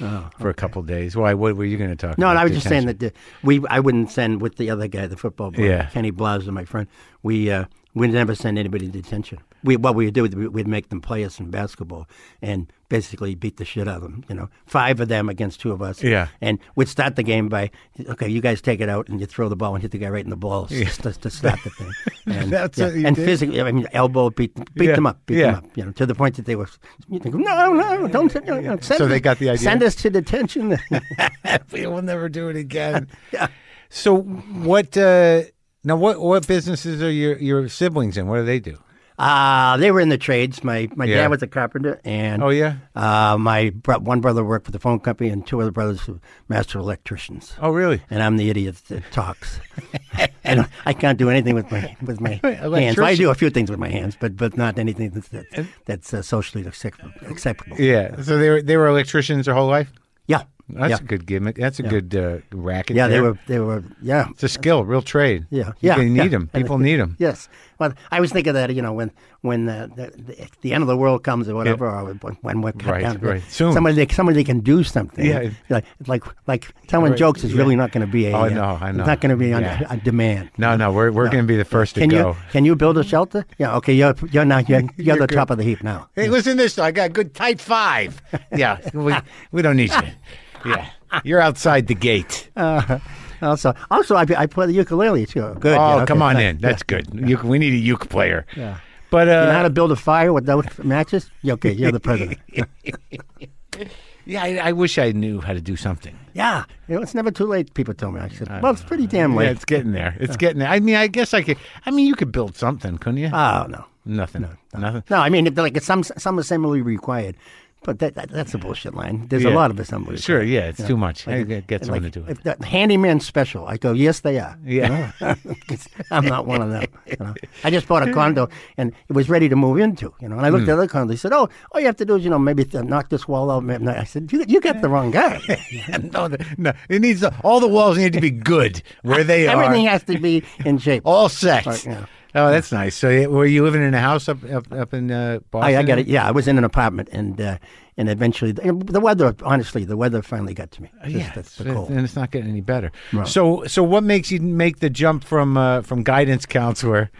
yeah, for a couple days. Why? What were you going to talk?
Oh, No,
about?
and I was just saying
Detention.
that the, we I wouldn't send with the other guy, the football player,
Yeah.
Kenny Blaser, my friend. We uh, we never send anybody to detention. We what we would do is we- we'd make them play us in basketball and basically beat the shit out of them. You know, five of them against two of us.
Yeah.
and we'd start the game by okay, you guys take it out and you throw the ball and hit the guy right in the balls just to, to start
[laughs]
the thing. And,
That's what you
and
did?
physically, I mean, elbow beat them- beat
Yeah.
them up, beat
Yeah.
them up. You know, to the point that they were you think, no, no, don't send. no, no, send
So they
us-
got the idea.
Send us to detention. [laughs]
[laughs] we will never do it again. So what? Uh, now, what what businesses are your your siblings in? What do they do?
Uh, they were in the trades. My my
Yeah.
dad was a carpenter, and
Oh yeah.
uh, my bro- one brother worked for the phone company, and two other brothers were master electricians.
Oh really?
And I'm the idiot that
[laughs]
talks. I, don't, I can't do anything with my with my hands. Well, I do a few things with my hands, but but not anything that's that, that's uh, socially acceptable. acceptable.
Yeah. So they were they were electricians their whole life.
yeah,
That's
yeah.
a good gimmick. That's a good uh, racket.
Yeah, they
there.
were they were yeah.
It's a skill, real trade.
Yeah,
You-
yeah,
They need
yeah.
them. People need them.
Yes. Well, I was thinking that you know when when the the, the, the end of the world comes or whatever, or when, when we're cut
Right,
down,
right. Soon.
somebody that- somebody can do something.
Yeah.
Like like like telling jokes is really not going to be a.
Oh, I
uh,
know, I
it's
know.
Not going to be on,
Yeah.
on demand.
No, no, we're we're going to be the first to
Can
go.
you can you build a shelter? Yeah. Okay. You're you're now you're, you're, the
good.
top of the heap now.
Hey, listen to this. Though. I got a good tight five. Yeah, we, we don't need you.
[laughs]
Yeah, you're outside the gate.
Uh, also, also, I, I play the ukulele too. Good.
oh,
yeah,
come
okay,
on
nice.
in. That's good. Uke- we need a uke player.
Yeah.
But
You know how
uh,
to build a fire without matches? Yeah, Okay, you're the
[laughs]
president.
yeah, I, I wish I knew how to do something.
yeah, you know, it's never too late. People tell me. I said, well, it's pretty damn
Uh, Yeah,
late.
it's getting there. It's getting there. I mean, I guess I could. I mean, you could build something, couldn't you?
Oh no,
nothing. nothing.
no. I mean, if, like some some assembly required, but that, that that's a bullshit line. There's
Yeah.
a lot of assembly.
Sure.
required.
Yeah, it's too much. I g- get
And
someone
like,
to do it.
if the handyman special, I go, yes, they are.
[laughs] Yeah.
[laughs] I'm not one of them. You know? I just bought a condo and it was ready to move into. You know, and I
Hmm.
looked at the condo. They said, oh, all you have to do is you know maybe th- knock this wall out. Maybe not. I said, you you got the wrong guy.
no, the- no. It
[laughs]
needs to- all the walls need to be good where [laughs] they are. [laughs] Oh,
Everything has to be in shape.
all set.
Right, yeah.
Oh, that's nice. So, yeah, were you living in a house up up, up in uh, Boston?
I, I got it. Yeah, I was in an apartment, and uh, and eventually the, the weather. Honestly, the weather finally got to me. Just
Uh, Yeah,
the, the
it's-
cold.
and it's not getting any better. So, so what makes you make the jump from uh, from guidance counselor,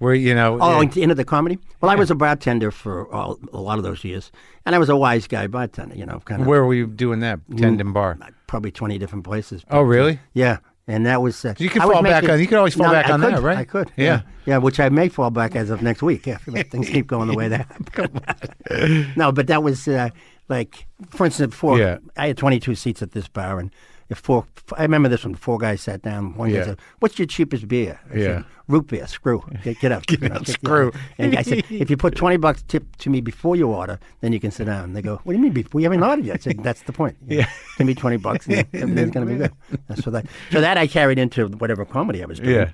where you know?
Oh,
eh,
into, into the comedy. Well, I was a bartender for all, a lot of those years, and I was a wise guy bartender. You know, kind of
where were you doing that?
Mm.
Tendon bar.
probably twenty different places.
Oh, really?
Yeah, and that was. Uh,
You can
I was
fall back on- you can always fall
No,
back
I
on
could,
that, right?
I could.
Yeah.
yeah, Yeah, which I may fall back as of next week
[laughs]
if, if things keep going the way they have. no, but that was uh, like, for instance, four.
Yeah.
I had twenty-two seats at this bar, and if four, I remember this one. Four guys sat down. One
Yeah.
guy said, "What's your cheapest beer?" I
Yeah.
said, "Root beer. Screw. Get,
[laughs]
get up. get out,
screw.
And I said, "If
[laughs]
you put twenty bucks tip to me before you order, then you can sit down." And they go, "What do you mean? Before? We haven't ordered yet." I said, "That's
[laughs]
the point. Yeah, give me twenty bucks, and everything's going to be good." That's what I, so that I carried into whatever comedy I was doing.
Yeah.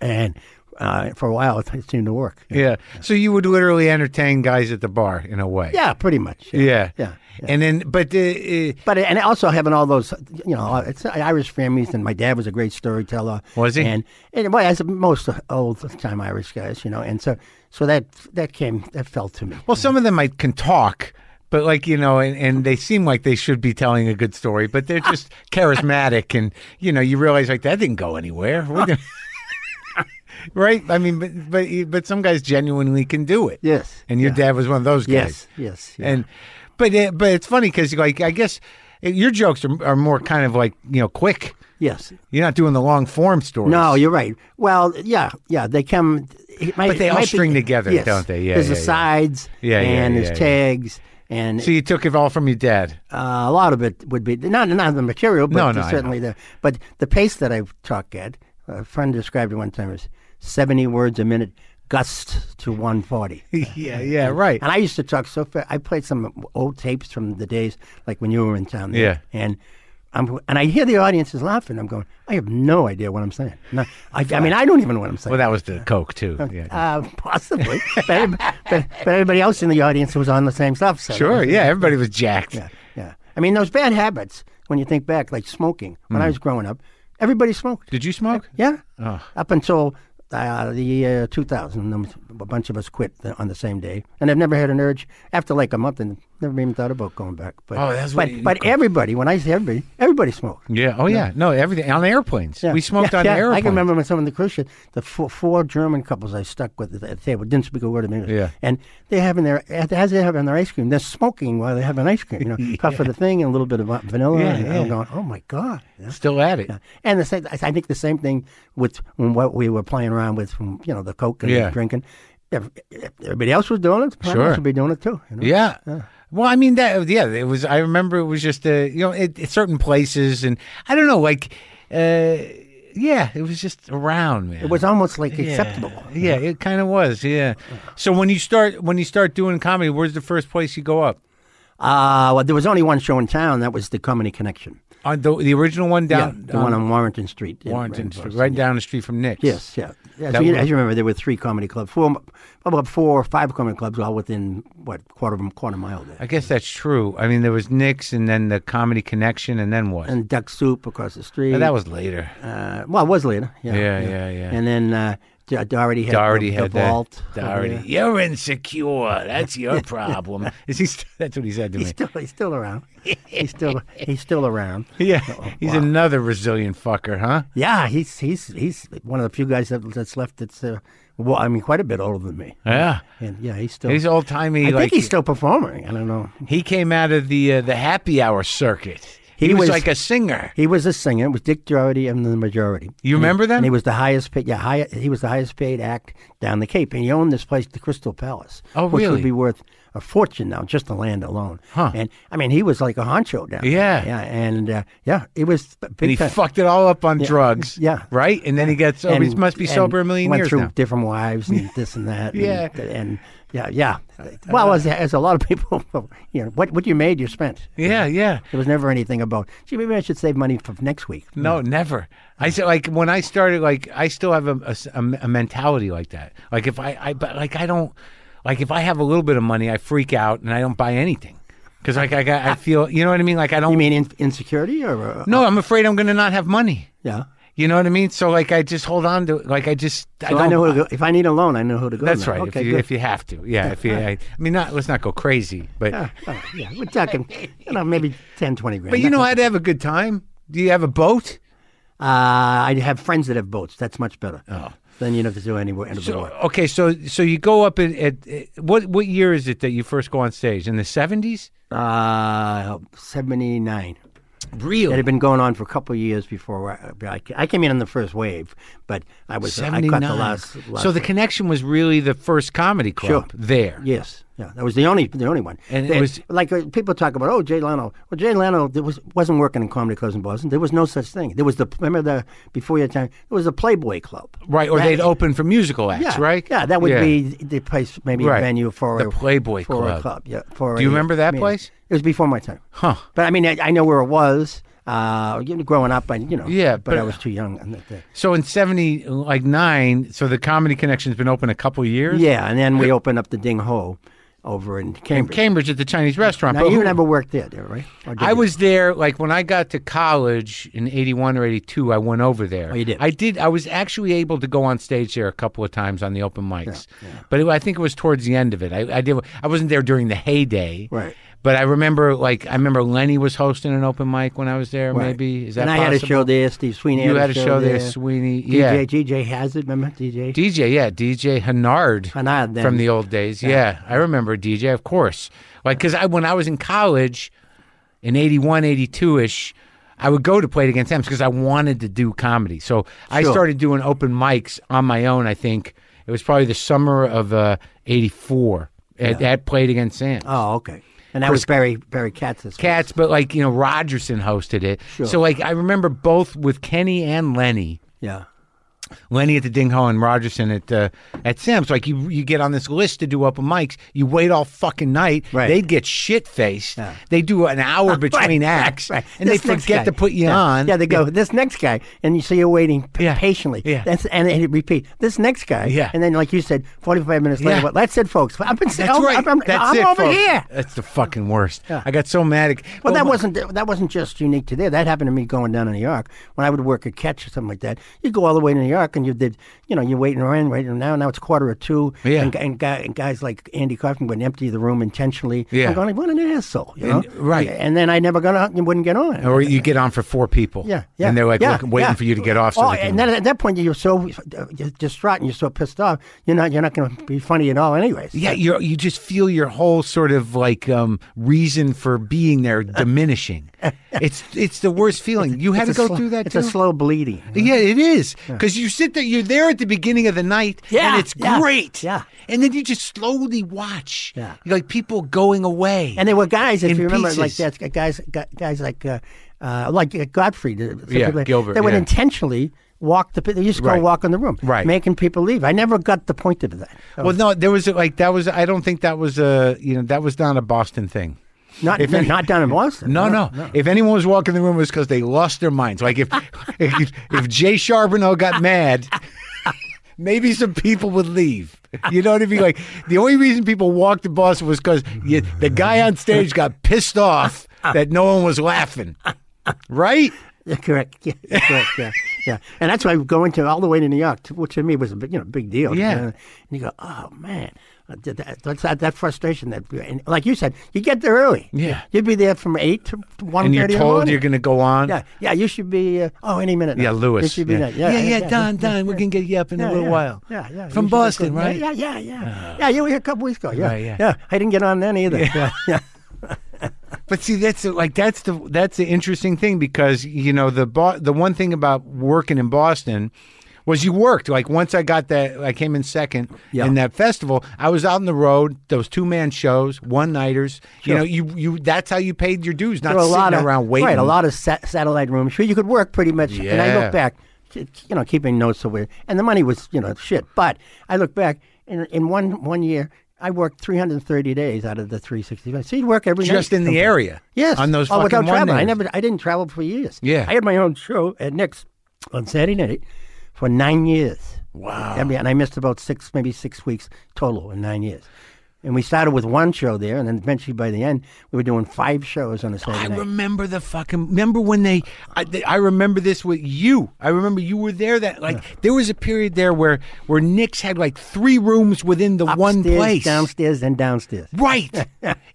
and uh, for a while it seemed to work.
Yeah. So you would literally entertain guys at the bar in a way.
Yeah, pretty much.
Yeah.
Yeah,
And then, but uh, uh,
But and also having all those, you know, it's Irish families, and my dad was a great storyteller.
Was he?
And and well, as most old time Irish guys, you know, and so so that that came that fell to me.
well, some of them I can talk. But like you know, and, and they seem like they should be telling a good story, but
[laughs]
they're just charismatic, and you know, you realize like that didn't go anywhere, We're gonna- [laughs] right? I mean, but but but some guys genuinely can do it.
Yes.
And your dad was one of those guys.
Yes. Yes. yeah.
And but uh, but it's funny because like I guess uh, your jokes are, are more kind of like you know quick.
yes.
You're not doing the long form stories.
No, you're right. Well, yeah, yeah, they come. it might-
But they
it
all
might be-
string together,
yes.
don't they? Yeah,
There's
yeah,
the
yeah.
sides,
Yeah, yeah,
and
yeah, yeah.
there's tags, and
So you took it all from your
[laughs]
dad.
uh, a lot of it would be not not the material, but
No, no, I
certainly the but the pace that I talk at. A friend described it one time as seventy words a minute, gust to one forty.
[laughs] yeah, yeah, right.
And I used to talk so fast. I played some old tapes from the days like when you were in town.
Yeah.
And I'm and I hear the audiences laughing. I'm going, I have no idea what I'm saying. No, I, I mean, I don't even know what I'm
Well,
saying.
that was the Coke
[laughs]
too. Yeah.
Uh, possibly, but, every- but, but everybody else in the audience was on the same stuff. So
Sure.
[laughs]
Yeah, everybody was jacked.
yeah, yeah. I mean, those bad habits. When you think back, like smoking. When
Mm.
I was growing up, everybody smoked.
Did you smoke?
Yeah.
Oh.
Up until uh, the year 2000, um, a bunch of us quit the, on the same day, and I've never had an urge after like a month, and never even thought about going back. But
Oh, that's
but
what you-
but everybody. When I say everybody, everybody smoked.
Yeah. Oh yeah. No, everything on airplanes. We smoked
Yeah,
on
yeah.
airplanes.
I can remember when some of the cruise ship, the four, four German couples I stuck with at the table didn't speak a word of English.
Yeah.
And they're having their, as they're having their ice cream, they're smoking while they're having ice cream, you know,
[laughs]
puff of the thing and a little bit of uh, vanilla.
Yeah,
and
yeah.
I'm going, oh my God. Yeah.
Still at it.
And the same, I I think the same thing with when what we were playing around with, from, you know, the Coke and
Yeah.
the drinking. If, if everybody else was doing it,
Sure.
sure. would be doing it too. You know?
Yeah. Well, I mean that. Yeah, it was. I remember it was just uh, you know it, it, certain places, and I don't know, like, uh, yeah, it was just around, man.
It was almost like acceptable.
Yeah, it kind of was. Yeah. So when you start when you start doing comedy, where's the first place you go up?
Uh, well, there was only one show in town. That was the Comedy Connection.
On the, the original one
Yeah,
down
the one on Warrington Street. in-
Warrington
in
Street,
Boston.
right down the street from Nick's.
Yes, yeah. yeah so
That
you,
one.
as you remember, there were three comedy clubs, four, about four or five comedy clubs, all within what quarter of a quarter mile there.
I guess that's true. I mean, there was Nick's, and then the Comedy Connection, and then what?
And Duck Soup across the street.
But that was later.
uh, well, it was later. Yeah,
Yeah, yeah, yeah.
And then uh, D- Doherty had
Doherty
the,
had
the vault.
that. Doherty,
Yeah.
you're insecure. That's your problem. Is he? St- that's what he said to me.
[laughs] He's still he's
[laughs]
still around. he's still he's still around.
yeah,
Oh,
he's another resilient fucker, huh?
Yeah, he's he's he's one of the few guys that, that's left. That's uh, well, I mean, quite a bit older than me.
Yeah,
And yeah, he's still.
he's old timey.
I
Like
think he's still performing. I don't know.
he came out of the uh, the happy hour circuit. He,
He
was,
was-
like a singer.
He was a singer. It was Dick Doherty and the majority.
You remember them?
And he was the highest paid. Yeah, high, he was the highest paid act down the Cape, and he owned this place, the Crystal Palace.
Oh,
Which
really?
would be worth a fortune now, just the land alone.
Huh.
And I mean, he was like a honcho down. there.
Yeah.
Yeah, and uh, yeah, it was b- big
and he
time.
fucked it all up on drugs.
yeah.
right. And then he got sober.
and,
he must be
and
sober a million
went
years
through
now.
different
[laughs]
wives and this and that.
Yeah.
and, and yeah, yeah. Well, as, as a lot of people, [laughs] you know, what what you made, you spent.
Yeah, yeah.
There was never anything about. Gee, maybe I should save money for next week.
No, never. I said like when I started, like I still have a, a s- a m- a mentality like that. Like if I, I, but like I don't, like if I have a little bit of money, I freak out and I don't buy anything because like I got, I feel, you know what I mean? Like I don't.
You mean in, insecurity or uh,
no, I'm afraid I'm going to not have money.
Yeah.
You know what I mean? So like I just hold on to like I just I
So
don't
I know who to go. If I need a loan, I know who to go.
That's
now.
right.
Okay,
if you
good. [laughs]
if you have to. Yeah, if you I, I mean not let's not go crazy, but
Yeah, all right, Oh, yeah, we're talking, you know, maybe 10, 20 grand.
but you know how to have a good time? Do you have a boat?
Uh, I have friends that have boats. That's much better. Oh. Then you don't have to do any work.
So, okay, so so you go up at, at, at- what what year is it that you first go on stage? In the seventies?
uh, 79. It
Really?
had been going on for a couple of years before I, I ca- I came in on the first wave, but I was
Seventy
I caught the
nine.
last, last.
So the connection was really the first comedy club there.
yes, yeah, that was the only the only one.
And it
They-
was-
like uh, people talk about oh Jay Leno. Well, Jay Leno there was wasn't working in comedy clubs in Boston. There was no such thing. There was the remember the before your time. There was the Playboy Club.
Right, or
That-
they'd open for musical acts,
Yeah,
right?
Yeah, that would
Yeah.
be the place, maybe
Right.
a venue for
The
a,
Playboy
for
Club.
A club. Yeah, for
Do you
a
remember that
meeting.
place?
It was before my time.
Huh.
But I mean, I, I know where it was. Uh, you know, growing up, I you know.
Yeah,
but,
but-
I was too young. And that, that-
So in seventy like nine, so the comedy connection's been open a couple years?
yeah, and then we opened up the Ding Ho, over in Cambridge.
Cambridge at the Chinese restaurant.
now
but
you
who-
never worked there, did you, right? Or did
I
you?
was there like when I got to college in 81 or 82 I went over there.
Oh, you did?
I did I was actually able to go on stage there a couple of times on the open mics. But it, I think it was towards the end of it. I, I did I wasn't there during the heyday.
Right.
But I remember like I remember Lenny was hosting an open mic when I was there maybe. Is that
and I had a
possible?
show there. Steve Sweeney.
You had a show there,
there.
Sweeney.
DJ,
yeah.
DJ Hazard, remember DJ?
DJ, yeah, DJ Hennard
and I then
from the old days. Yeah. I remember DJ, of course. Like, because I, when I was in college in 81, 82 ish, I would go to Play It Against Ems because I wanted to do comedy. So I
Sure.
started doing open mics on my own, I think. It was probably the summer of uh, 84 at, at Play It Against Sam's.
Oh, okay. And that was Barry Barry Katz's.
Cats, but like, you know, Rogerson hosted it. So, like, I remember both with Kenny and Lenny.
Yeah.
Lenny at the Ding Ho and Rogerson at uh, at Sam's. Like you, you get on this list to do open mics. You wait all fucking night.
Right.
They'd get shit faced. They do an
[laughs]
hour between acts,
Right.
and
This
they
next
forget
guy.
to put you
yeah.
on.
Yeah, they go, this next guy. And you so you're waiting p-
Yeah.
patiently.
Yeah.
That's, and it repeat, this next guy.
Yeah.
And then, like you said, 45 minutes later,
Yeah.
well, that's it, folks. I've been
That's right.
"Oh, I'm, I'm,
That's
I'm
it,
over
folks.
here.
That's the fucking worst. I got so mad. At, Oh
Well, that
my-
wasn't that wasn't just unique to there. That happened to me going down to New York when I would work a catch or something like that. You go all the way to New York and you did, you know, you're waiting around, waiting now. Now it's quarter of two.
Yeah.
And, and, guy, and guys like Andy Kaufman would empty the room intentionally.
Yeah.
I'm going, what an asshole, you know?
right.
And then I never got out and wouldn't get on.
Or you get on for four people.
Yeah, yeah.
And they're like
yeah,
looking- waiting
yeah.
for you to get off. So
oh,
they can-
and then at that point, you're so uh, you're distraught and you're so pissed off. You're not you're not going to be funny at all, anyways.
yeah, you you just feel your whole sort of like um, reason for being there
[laughs]
diminishing. it's it's the worst feeling. You had to
It's a
go
slow-
through that
It's
too.
a slow bleeding.
Yeah, it is. Because you sit there, you're there at the beginning of the night,
Yeah,
and it's
yeah,
great.
yeah.
And then you just slowly watch,
Yeah.
like people going away.
And there were guys, if
In
you remember, like
pieces.
that gu- guys, gu- guys like uh, uh, like uh, Godfrey. uh, some
Yeah,
people-
Gilbert,
They would
yeah.
intentionally walk the. pe- They used to go
Right.
walk in the room,
Right.
Making people leave. I never got the point of that. So,
well, no, there was like that was. I don't think that was a you know that was not a Boston thing.
not
if
no,
any-
not down in Boston.
No, no. If anyone was walking the room, it was because they lost their minds. Like if [laughs] if, if Jay Charbonneau got mad, [laughs] maybe some people would leave. You know what I mean? Like the only reason people walked the Boston was because the guy on stage got pissed off that no one was laughing, right?
[laughs] Yeah, correct. Yeah, correct. Yeah, yeah. And that's why going to all the way to New York, to- which to me was a big, you know big deal.
Yeah.
And you go, oh man, I did that, that's that, that frustration that, and like you said, you get there early.
Yeah.
You'd be there from eight to one
And you're
thirty in the
told
morning.
you're going to go on.
yeah, yeah. You should be. Uh, oh, any minute. Now.
Yeah,
You
Lewis.
should be there. Yeah,
yeah, yeah, Don, Don, we're gonna get you up in a little
yeah,
while.
Yeah, yeah.
From
You should
Boston,
go- yeah,
right? Oh.
Yeah, yeah, yeah. yeah, you were here a couple weeks ago. Yeah,
Right, yeah.
yeah. I didn't get on then either. Yeah, yeah.
But see, that's the- like that's the that's the interesting thing because you know the bo- the one thing about working in Boston was you worked. Like once I got that, I came in second
Yeah.
in that festival. I was out on the road. Those two man shows, one nighters. You
Sure.
know, you you that's how you paid your dues, not
There
[laughs]
were
sitting
a lot of,
around waiting.
Right, a lot of sa- satellite rooms. Sure, you could work pretty much. And I
Yeah.
look back, you know, keeping notes of where, and the money was, you know, shit. But I look back, in, in one one year, I worked 330 days out of the 365. So you'd work every night.
just in the
sometimes.
area.
Yes.
on those
oh,
fucking
without travel.
one-nighters.
I never, I didn't travel for years.
Yeah.
I had my own show at Nick's on Saturday night for nine years.
Wow.
I mean, and I missed about six, maybe six weeks total in nine years. And we started with one show there, and then eventually by the end, we were doing five shows on a Saturday
I
night.
remember the fucking. Remember when they I, they- I remember this with you. I remember you were there. That like there was a period there where where Nick's had like three rooms within the one
Upstairs,
place.
Downstairs and downstairs. [laughs]
Right.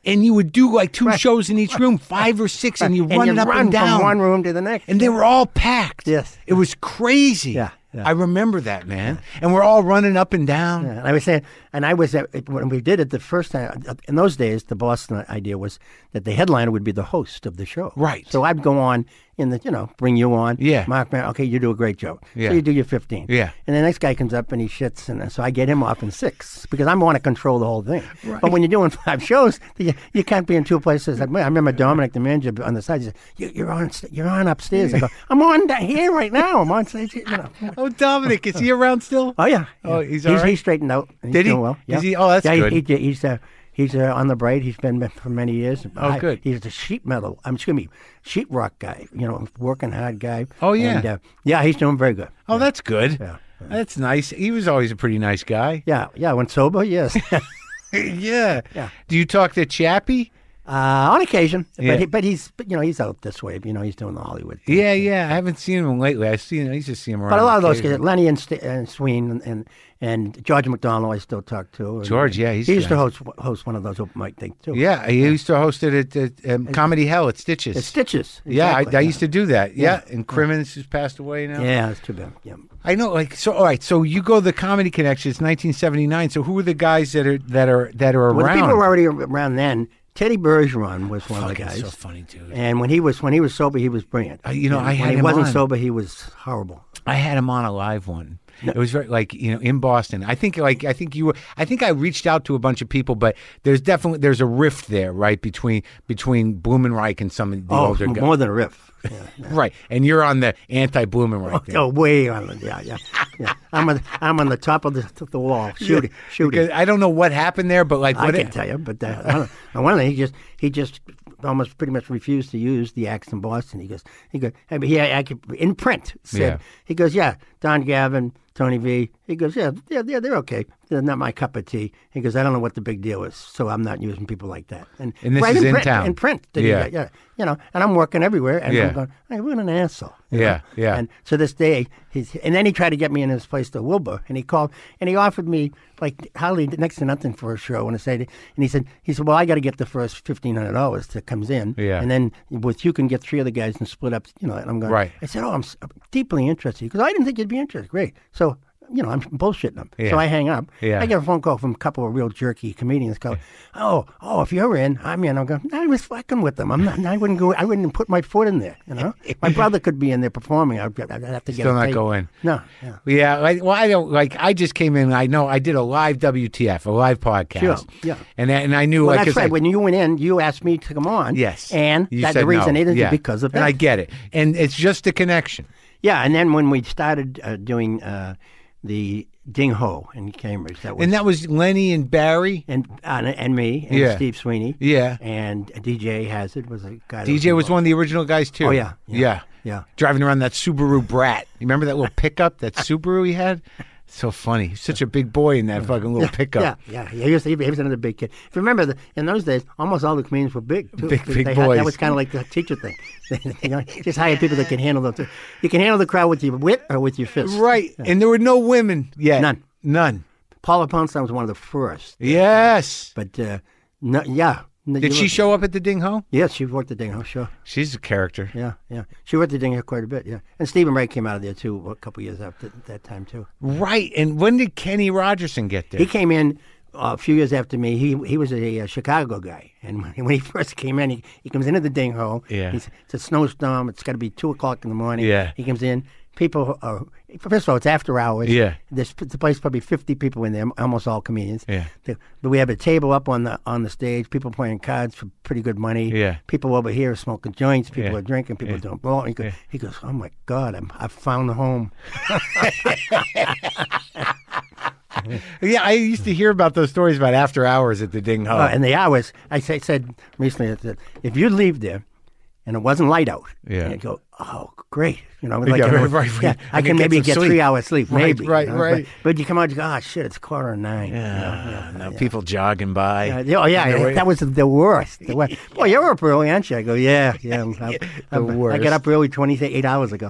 and you would do like two shows in each room, five or six, and you
[laughs] and
run
you
it up
run
and down.
from one room to the next.
and they were all packed.
Yes.
It was crazy.
Yeah, yeah.
I remember that, man. And we're all running up and down.
Yeah, and I was saying, and I was at, when we did it the first time uh, in those days. The Boston idea was that the headliner would be the host of the show,
Right.
So I'd go on in the you know bring you on,
Yeah.
Mark, Maron, okay, you do a great job,
Yeah.
so you do your fifteen,
Yeah.
and the next guy comes up and he shits, and so I get him off in six because I want to control the whole thing. But when you're doing five shows, you, you can't be in two places. I remember Dominic, the manager on the side, he said, "You- "You're on, st- you're on
[laughs]
upstairs." I go, "I'm on da- here right now. I'm on stage." You know.
Oh, Dominic, is he around
[laughs]
still?
Oh yeah.
Oh,
Yeah.
he's all right?
he's straightened out. He's
Did he?
Doing well.
Is he- oh, that's
yeah,
good.
He, he, he's uh, he's uh, on the braid. He's been for many years.
Oh, good.
He's the sheet metal. I'm excuse me, sheet rock guy. You know, working hard guy.
Oh, yeah.
And, uh, yeah, he's doing very good.
Oh, that's good.
Yeah.
That's nice. He was always a pretty nice guy.
Yeah, yeah. When sober,
[laughs]
yes. uh,
yeah.
Yeah.
Do you talk to Chappie?
on occasion,
Yeah.
but he, but he's but, you know he's out this way. You know, he's doing the Hollywood. thing.
Yeah, yeah. I haven't seen him lately. I see. I used to see him around.
But a lot of those
occasionally.
guys, Lenny and, St- and Sween and, and and George McDonald, I still talk to. And
George, yeah, he's
he used to
great.
host host one of those open mic things too.
Yeah, he used to host it at, at um, Comedy Hell at Stitches.
It's Stitches.
yeah, I,
exactly,
I used to do that. Yeah, and Crimmins who's passed away now.
Yeah, it's too bad. Yeah.
I know. Like so. All right. So you go to the Comedy Connection. It's 1979. So who are the guys that are that are that are
Well, the
around?
people were already around then. Teddy Bergeron was one
Fucking
of the guys.
so funny, dude.
And when he was when he was sober, he was brilliant.
Uh, you know,
And
I had
when he
him
wasn't
on.
sober, he was horrible.
I had him on a live one. It was very like you know in Boston. I think like I think you were. I think I reached out to a bunch of people, but there's definitely there's a rift there, right between between Blumenreich and some of the
Oh, [laughs]
older guys,
more than
[laughs]
a riff. Yeah.
right? And you're on the anti Blumenreich. thing.
Oh, way on the yeah, yeah. yeah. I'm on I'm on the top of the, the wall shooting shooting.
Because I don't know what happened there, but like
I
what
can't tell you, but
[laughs]
uh, I don't- and one thing he just he just almost pretty much refused to use the acts in Boston. He goes, he goes, I mean, he I could, in print said
Yeah.
he goes, yeah, Don Gavin, Tony V. He goes, yeah, yeah, yeah, they're okay. They're not my cup of tea. He goes, I don't know what the big deal is, so I'm not using people like that. And,
And this
right
is
in
in
print,
town.
In print, did he
Yeah.
get- yeah, you know, and I'm working everywhere, and
Yeah.
I'm going, hey, what an asshole. you
Yeah,
know?
yeah.
And so this day, he's and then he tried to get me in his place to Wilbur, and he called and he offered me like hardly next to nothing for a show on a Saturday. And he said, he said, well, I got to get the first fifteen hundred dollars that comes in,
Yeah.
and then with you can get three other guys and split up, you know. And I'm going,
Right.
I said, oh, I'm s- deeply interested because I didn't think you'd be interested. Great, so. You know, I'm bullshitting them.
Yeah.
So I hang up.
Yeah.
I get a phone call from a couple of real jerky comedians. Go, oh, oh, if you're in, I'm in. I'm going. I was fucking with them. I'm not. I wouldn't go. I wouldn't put my foot in there.
[laughs]
You know, my brother could be in there performing. I'd, I'd have to get
Still
a
not
tape.
go in.
No. yeah.
Yeah, like, well, I don't like. I just came in. I know I did a live WTF, a live podcast.
Sure, yeah.
and and I knew
Well,
like 'cause
that's right.
I-
when you went in, you asked me to come on.
Yes.
And
You
that
said
the reason
no.
it is
Yeah.
because of that.
And I get it. And it's just a connection.
yeah. And then when we started uh, doing uh, the Ding Ho in Cambridge, that was
And that was Lenny and Barry.
and uh, and me and
Yeah.
Steve Sweeney.
Yeah.
And DJ Hazard was a guy. that
DJ was one of the original guys too.
Oh, yeah,
Yeah.
yeah, yeah.
Driving around that Subaru Brat. You remember that little pickup
[laughs]
that Subaru he had? So funny. He's such a big boy in that fucking little pickup.
Yeah, yeah, yeah. He was, he was another big kid. If you remember, the, in those days, almost all the comedians were big. Too,
Big-
They
big
had-
boys.
That was kind of like the teacher thing. [laughs] you know, just hire people that can handle them. Too. You can handle the crowd with your wit or with your fist.
Right. And there were no women yet.
None.
None.
Paula Poundstone was one of the first,
Yes.
but uh, no, yeah. No,
Did
you
she
were-
show up at the Ding Ho?
Yes, she worked the Ding Ho. Sure.
She's a character.
Yeah, yeah. She worked the Ding Ho quite a bit. Yeah, and Stephen Wright came out of there too a couple years after that time too.
Right. And when did Kenny Rogerson get there?
He came in uh, a few years after me. He he was a, uh Chicago guy, and [laughs] when, when he first came in, he, he comes into the ding hole.
Yeah.
He's, it's a snowstorm. It's got to be two o'clock in the morning.
Yeah.
He comes in. People are first of all, it's after hours.
Yeah.
There's the place probably fifty people in there, almost all comedians.
Yeah.
The- but we have a table up on the on the stage. People playing cards for pretty good money.
Yeah.
People over here are smoking joints. People
Yeah.
are drinking. People are doing blow. He goes, he goes, oh my god, I'm, I found home.
yeah, I used to hear about those stories about
Oh,
after hours at the Ding Ho.
Uh, and the hours, I say, said recently that- that if you leave there and it wasn't light out.
Yeah.
And you go, oh, great. You know,
Yeah,
you know,
right, right, right.
yeah,
I
I
can
can
get
maybe
some
get
sleep.
three hours sleep,
Right,
maybe. you
right,
know, but-
right.
But, you come out, you go, oh, shit, it's quarter to nine. Yeah.
no, Ah, people jogging by.
Uh, yeah, oh yeah,
way-
that was the worst.
[laughs]
The worst. Boy, you were up early, aren't you? I go, yeah, yeah. I'm- I'm- I'm- I
worst.
got up early twenty eight hours ago.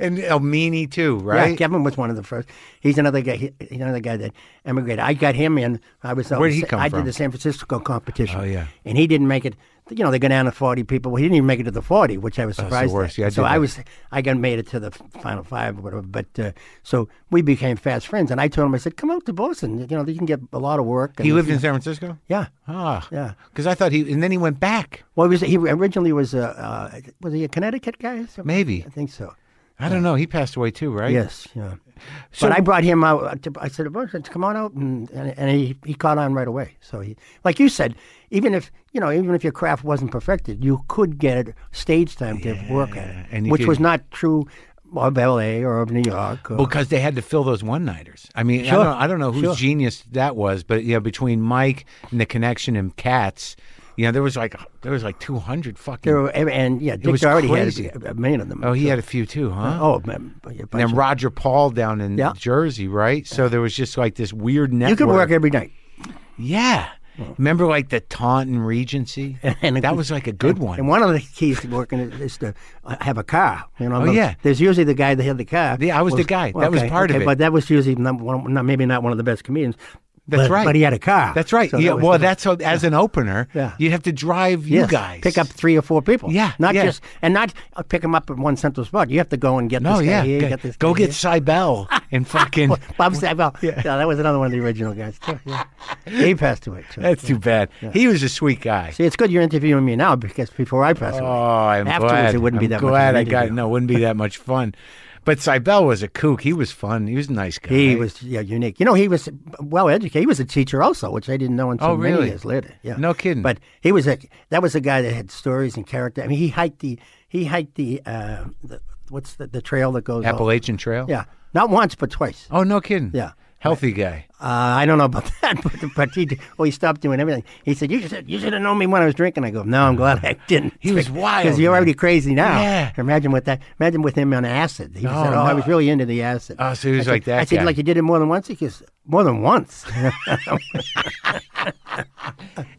And Elmini too,
Yeah,
right?
Kevin was one of the first. He's another guy. he- he's another guy that emigrated. I got him in. I was.
Where'd he come
I
from?
did the San Francisco competition.
Oh, yeah.
And he didn't make it. You know, they go down to forty people. He didn't even make it to the forty, which I was
the
surprised. at.
worst. Yeah, I
so
did
I
that.
was. I got made it to the final five or whatever. But uh, so we became fast friends. And I told him, I said, come out to Boston. You know, you can get a lot of work. And,
He lived in San Francisco.
Yeah.
Ah,
Yeah.
Because I thought he, and then he went back.
Well, he was he originally was a uh, was he a Connecticut guy? or something?
Maybe.
I think so.
I don't know. He passed away too, right?
Yes, yeah.
So-
but I brought him out. uh, To, I said, "Well, "Come on out," and, and, and he, he caught on right away. So he, like you said, even if you know, even if your craft wasn't perfected, you could get stage time to work at it,
and you
which
could-
was not true of L.A. or of New York. Or,
Because Oh, they had to fill those one nighters. I mean, I,
Sure.
don't, I don't know whose
Sure.
genius that was, but you know, between Mike and the connection and Cats, you know, there was like there was like two hundred fucking.
there were, and yeah, Dick
was
already
crazy.
had a, a million of them.
oh, he had a few too, huh?
oh, man, a bunch
and then
of-
Roger Paul down in
Yeah.
Jersey, right? So there was just like this weird network.
you could work every night.
Yeah. Remember, like the Taunton Regency?
[laughs] And-
that was like a good one.
And one of the keys to working is, is to uh, have a car. You know,
Oh,
the-
yeah.
There's usually the guy that had the car.
Yeah, I was the guy. That was part of
okay,
it.
But that was usually not one, not, maybe not one of the best comedians.
That's
but-
right.
But he had a car.
That's right.
So
yeah.
that was
well,
the-
that's what, as an opener,
Yeah.
you'd have to drive you
yes,
guys.
Pick up three or four people.
Yeah,
Not
yeah.
just and not uh, pick them up at one central spot. You have to go and get
No,
this guy
yeah.
here.
go
Get this
go
guy
get
here. [laughs]
Cybele and fucking.
Well,
[laughs]
Bob Savell. Yeah. that was another one of the original guys too. Yeah. he passed away too.
that's too bad. He was a sweet guy.
See, it's good you're interviewing me now because before I passed
Oh,
away,
I'm
Afterwards,
glad.
it wouldn't be
I'm
that much of
glad
an
I got
interview.
no. it Wouldn't be that much fun. But Cybele was a kook. He was fun. He was a nice guy.
He was yeah, unique. You know, he was well educated. He was a teacher also, which I didn't know until
Oh, really?
many years later. Yeah,
No kidding.
But he was a that was a guy that had stories and character. I mean, he hiked the he hiked the, uh, the what's the, the trail that goes all-
Appalachian Trail.
Yeah, not once but twice.
Oh no kidding.
Yeah.
Healthy guy.
Uh, I don't know about [laughs] that, but, but he did- oh he stopped doing everything. He said you should you should have known me when I was drinking. I go no, I'm glad I didn't.
He
[laughs]
was wild,
because you're
man.
already crazy now.
Yeah.
Imagine with that. Imagine with him on acid. He said,
no.
oh, I was really into the acid.
Oh, so he was
I said-
like that
I said,
guy.
like you did it more than once. He goes, more
[laughs]
than once.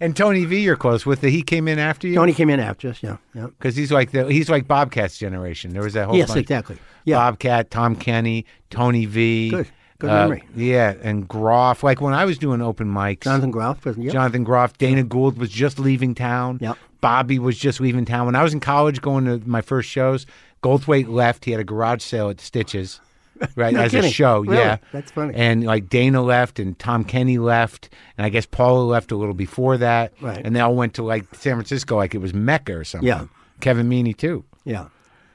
And Tony V, you're close with. The, he came in after you.
Tony came in after us. Yeah, yeah.
because he's like the he's like Bobcat's generation. There was that whole
Yes,
bunch.
exactly. Yeah.
Bobcat, Tom Kenny, Tony V.
Good. Good
uh,
memory.
Yeah, and Groff. Like when I was doing open mics,
Jonathan Groff was. Yep.
Jonathan Groff, Dana Gould was just leaving town.
Yep.
Bobby was just leaving town. When I was in college, going to my first shows, Goldthwait left. He had a garage sale at
[laughs]
Stitches, right
No
as a
kidding.
show.
Really?
Yeah,
That's funny.
And like Dana left, and Tom Kenny left, and I guess Paula left a little before that.
Right.
And they all went to like San Francisco, like it was Mecca or something.
Yeah.
Kevin Meaney too.
yeah.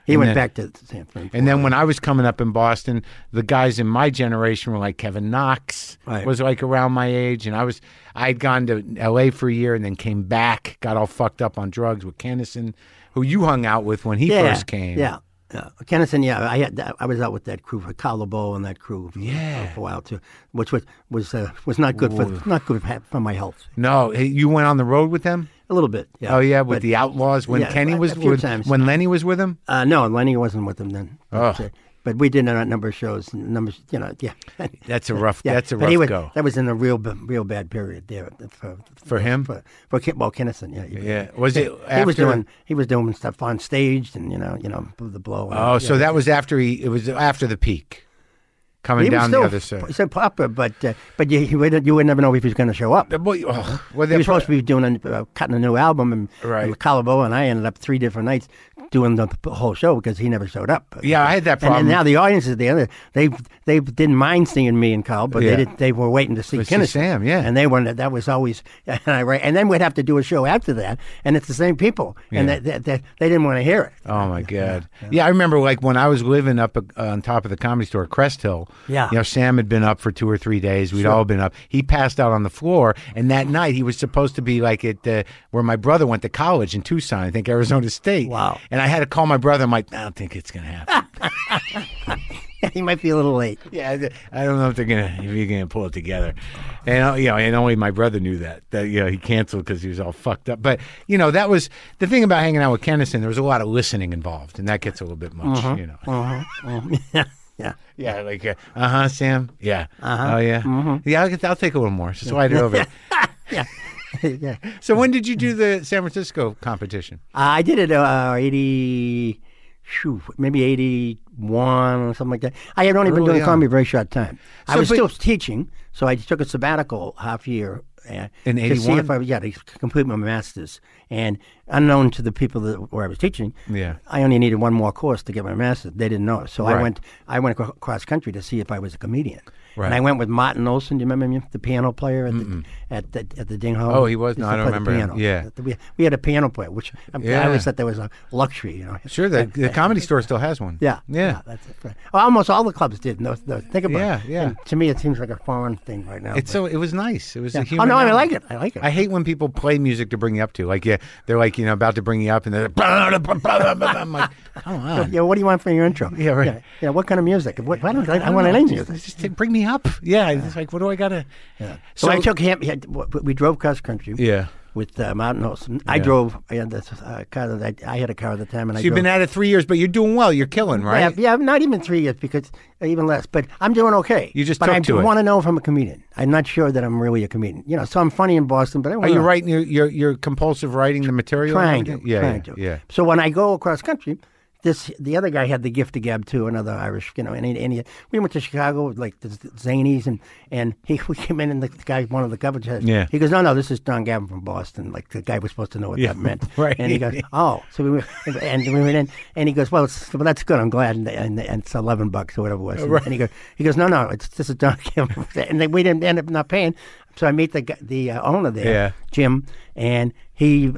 He
And then-
went back to San Francisco.
And then when I was coming up in Boston, the guys in my generation were like Kevin Knox
Right.
was like around my age, and I was I'd gone to L.A. for a year and then came back, got all fucked up on drugs with Kennison, who you hung out with when he
yeah,
first came.
Yeah. Yeah. Kennison, yeah, I had that, I was out with that crew, Carl LeBeau and that crew, for-
Yeah.
for a while too, which was was uh, was not good for not good ha- for my health.
No, hey, you went on the road with them.
A little bit. Yeah.
Oh yeah, with
But,
the Outlaws when
yeah,
Kenny
a-
was
a few
with-
times.
when Lenny was with him.
uh, no, Lenny wasn't with them then.
Ugh.
But, uh, but we did a number of shows, numbers, you know, yeah. [laughs]
That's a rough. That's a
but he
rough
was,
go.
That was in a real, b- real bad period there for
For him?
for, for Ki- well, Kennison, yeah, he-
Yeah. Was it
He was
after-
doing he was doing stuff on stage and you know you know the blow.
Oh, so that was after he. It was after the peak, coming
he was
Oh, down
still
the other side.
p- so popular, but uh, but you, you would you would never know if he was going to show up.
The boy- oh, well,
He
they're
was
pro-
supposed to be doing a, uh, cutting a new album, and,
Right.
and Calabo and I ended up three different nights doing the p- whole show because he never showed up.
Yeah, I had that
And,
problem.
then now the audience is there. They they didn't mind seeing me and Kyle, but
Yeah.
they did, they were waiting to see
see
Kennison.
Sam, yeah.
and they wanted that was always [laughs] and I right. And then we'd have to do a show after that, and it's the same people, and
Yeah.
that that that they didn't want to hear it.
Oh my God! Yeah, I remember like when I was living up uh, on top of the comedy store, at Crest Hill.
Yeah.
you know Sam had been up for two or three days. We'd all been up. He passed out on the floor, and that night he was supposed to be like at uh, where my brother went to college in Tucson, I think Arizona State.
Wow.
And I had to call my brother. I'm like, I don't think it's gonna happen.
[laughs] he might be a little late.
Yeah, th- I don't know if they're gonna if you're gonna pull it together, and uh, you know, and only my brother knew that that you know he canceled because he was all fucked up. But you know, that was the thing about hanging out with Kennison. There was a lot of listening involved, and that gets a little bit much, you know. Oh.
[laughs] yeah, yeah.
Yeah, like uh huh, Sam. Yeah.
Uh-huh.
Oh yeah. Yeah, I'll, get- I'll take a little more. Just slide it over.
Mm-hmm.
[laughs]
[laughs] yeah. yeah.
so when did you do the San Francisco competition?
I did it uh, 80, shoo, maybe 81 or something like that. I had only been
Early
doing
on.
comedy a very short time. I
So,
was
but-
still teaching, so I took a sabbatical half year. Uh,
In
to see
81?
if I yeah to complete my master's and unknown to the people that where I was teaching
Yeah.
I only needed one more course to get my master's they didn't know so I
Right.
went I went acro- across country to see if I was a comedian
Right.
and I went with Martin Olson do you remember him the piano player at the, at the at the Ding Ho
Oh, he was-
He
no,
used
I
to
don't
play the
remember him.
piano.
Yeah.
We, we had a piano player, which I, I
Yeah.
always thought that was a luxury, you know.
[laughs] Sure, the, the comedy store still has one.
Yeah,
Yeah.
that's it. Right. Well, almost all the clubs did. No, no, think about
Yeah,
it.
yeah.
And to me, it seems like a foreign thing right now.
It's so it was nice. It was a
but-
human.
oh no, I
element.
like it. I like it.
I hate when people play music to bring you up to. Like, yeah, they're like, you know, about to bring you up, and they're like, [laughs] blah, blah, blah, blah, blah, blah. I'm like, come on.
yeah, what do you want for your intro?
Yeah, right.
Yeah, yeah, what kind of music? What, why don't I, I want an
know,
music?
Just, just take- bring me up. Yeah, it's like, what do I gotta? Yeah.
So, I took him. he had- w- We drove cross country.
Yeah.
With uh, Mountain Olson. I
Yeah.
drove. I had this uh, car that I, I had a car at the time, and I.
So you've
drove.
been at it three years, but you're doing well. You're killing,
Yeah,
right?
yeah, not even three years because uh, even less. But I'm doing okay.
You just
but
took
I
to it.
want to know if I'm a comedian. I'm not sure that I'm really a comedian. You know, so I'm funny in Boston, but I
Are
want
you writing? You're, you're you're compulsive writing the material. and
Trying to,
everything? Yeah,
trying
yeah,
to.
yeah.
So when I go across country, this the other guy had the gift of gab too, another Irish, you know, and, he, and he, we went to Chicago with like the Z- Zanies and and he [laughs] we came in and the guy one of the coverage has
Yeah.
he goes no no this is Don Gavin from Boston like the guy was supposed to know what
Yeah,
that meant
[laughs] right.
and he goes oh so we went, and we went in and he goes well it's, well that's good I'm glad and, and, and it's eleven bucks or whatever it was and, he goes he goes no no it's this is Don Gavin [laughs] and then we didn't end up not paying so I meet the guy- the uh, owner there
Yeah.
Jim, and he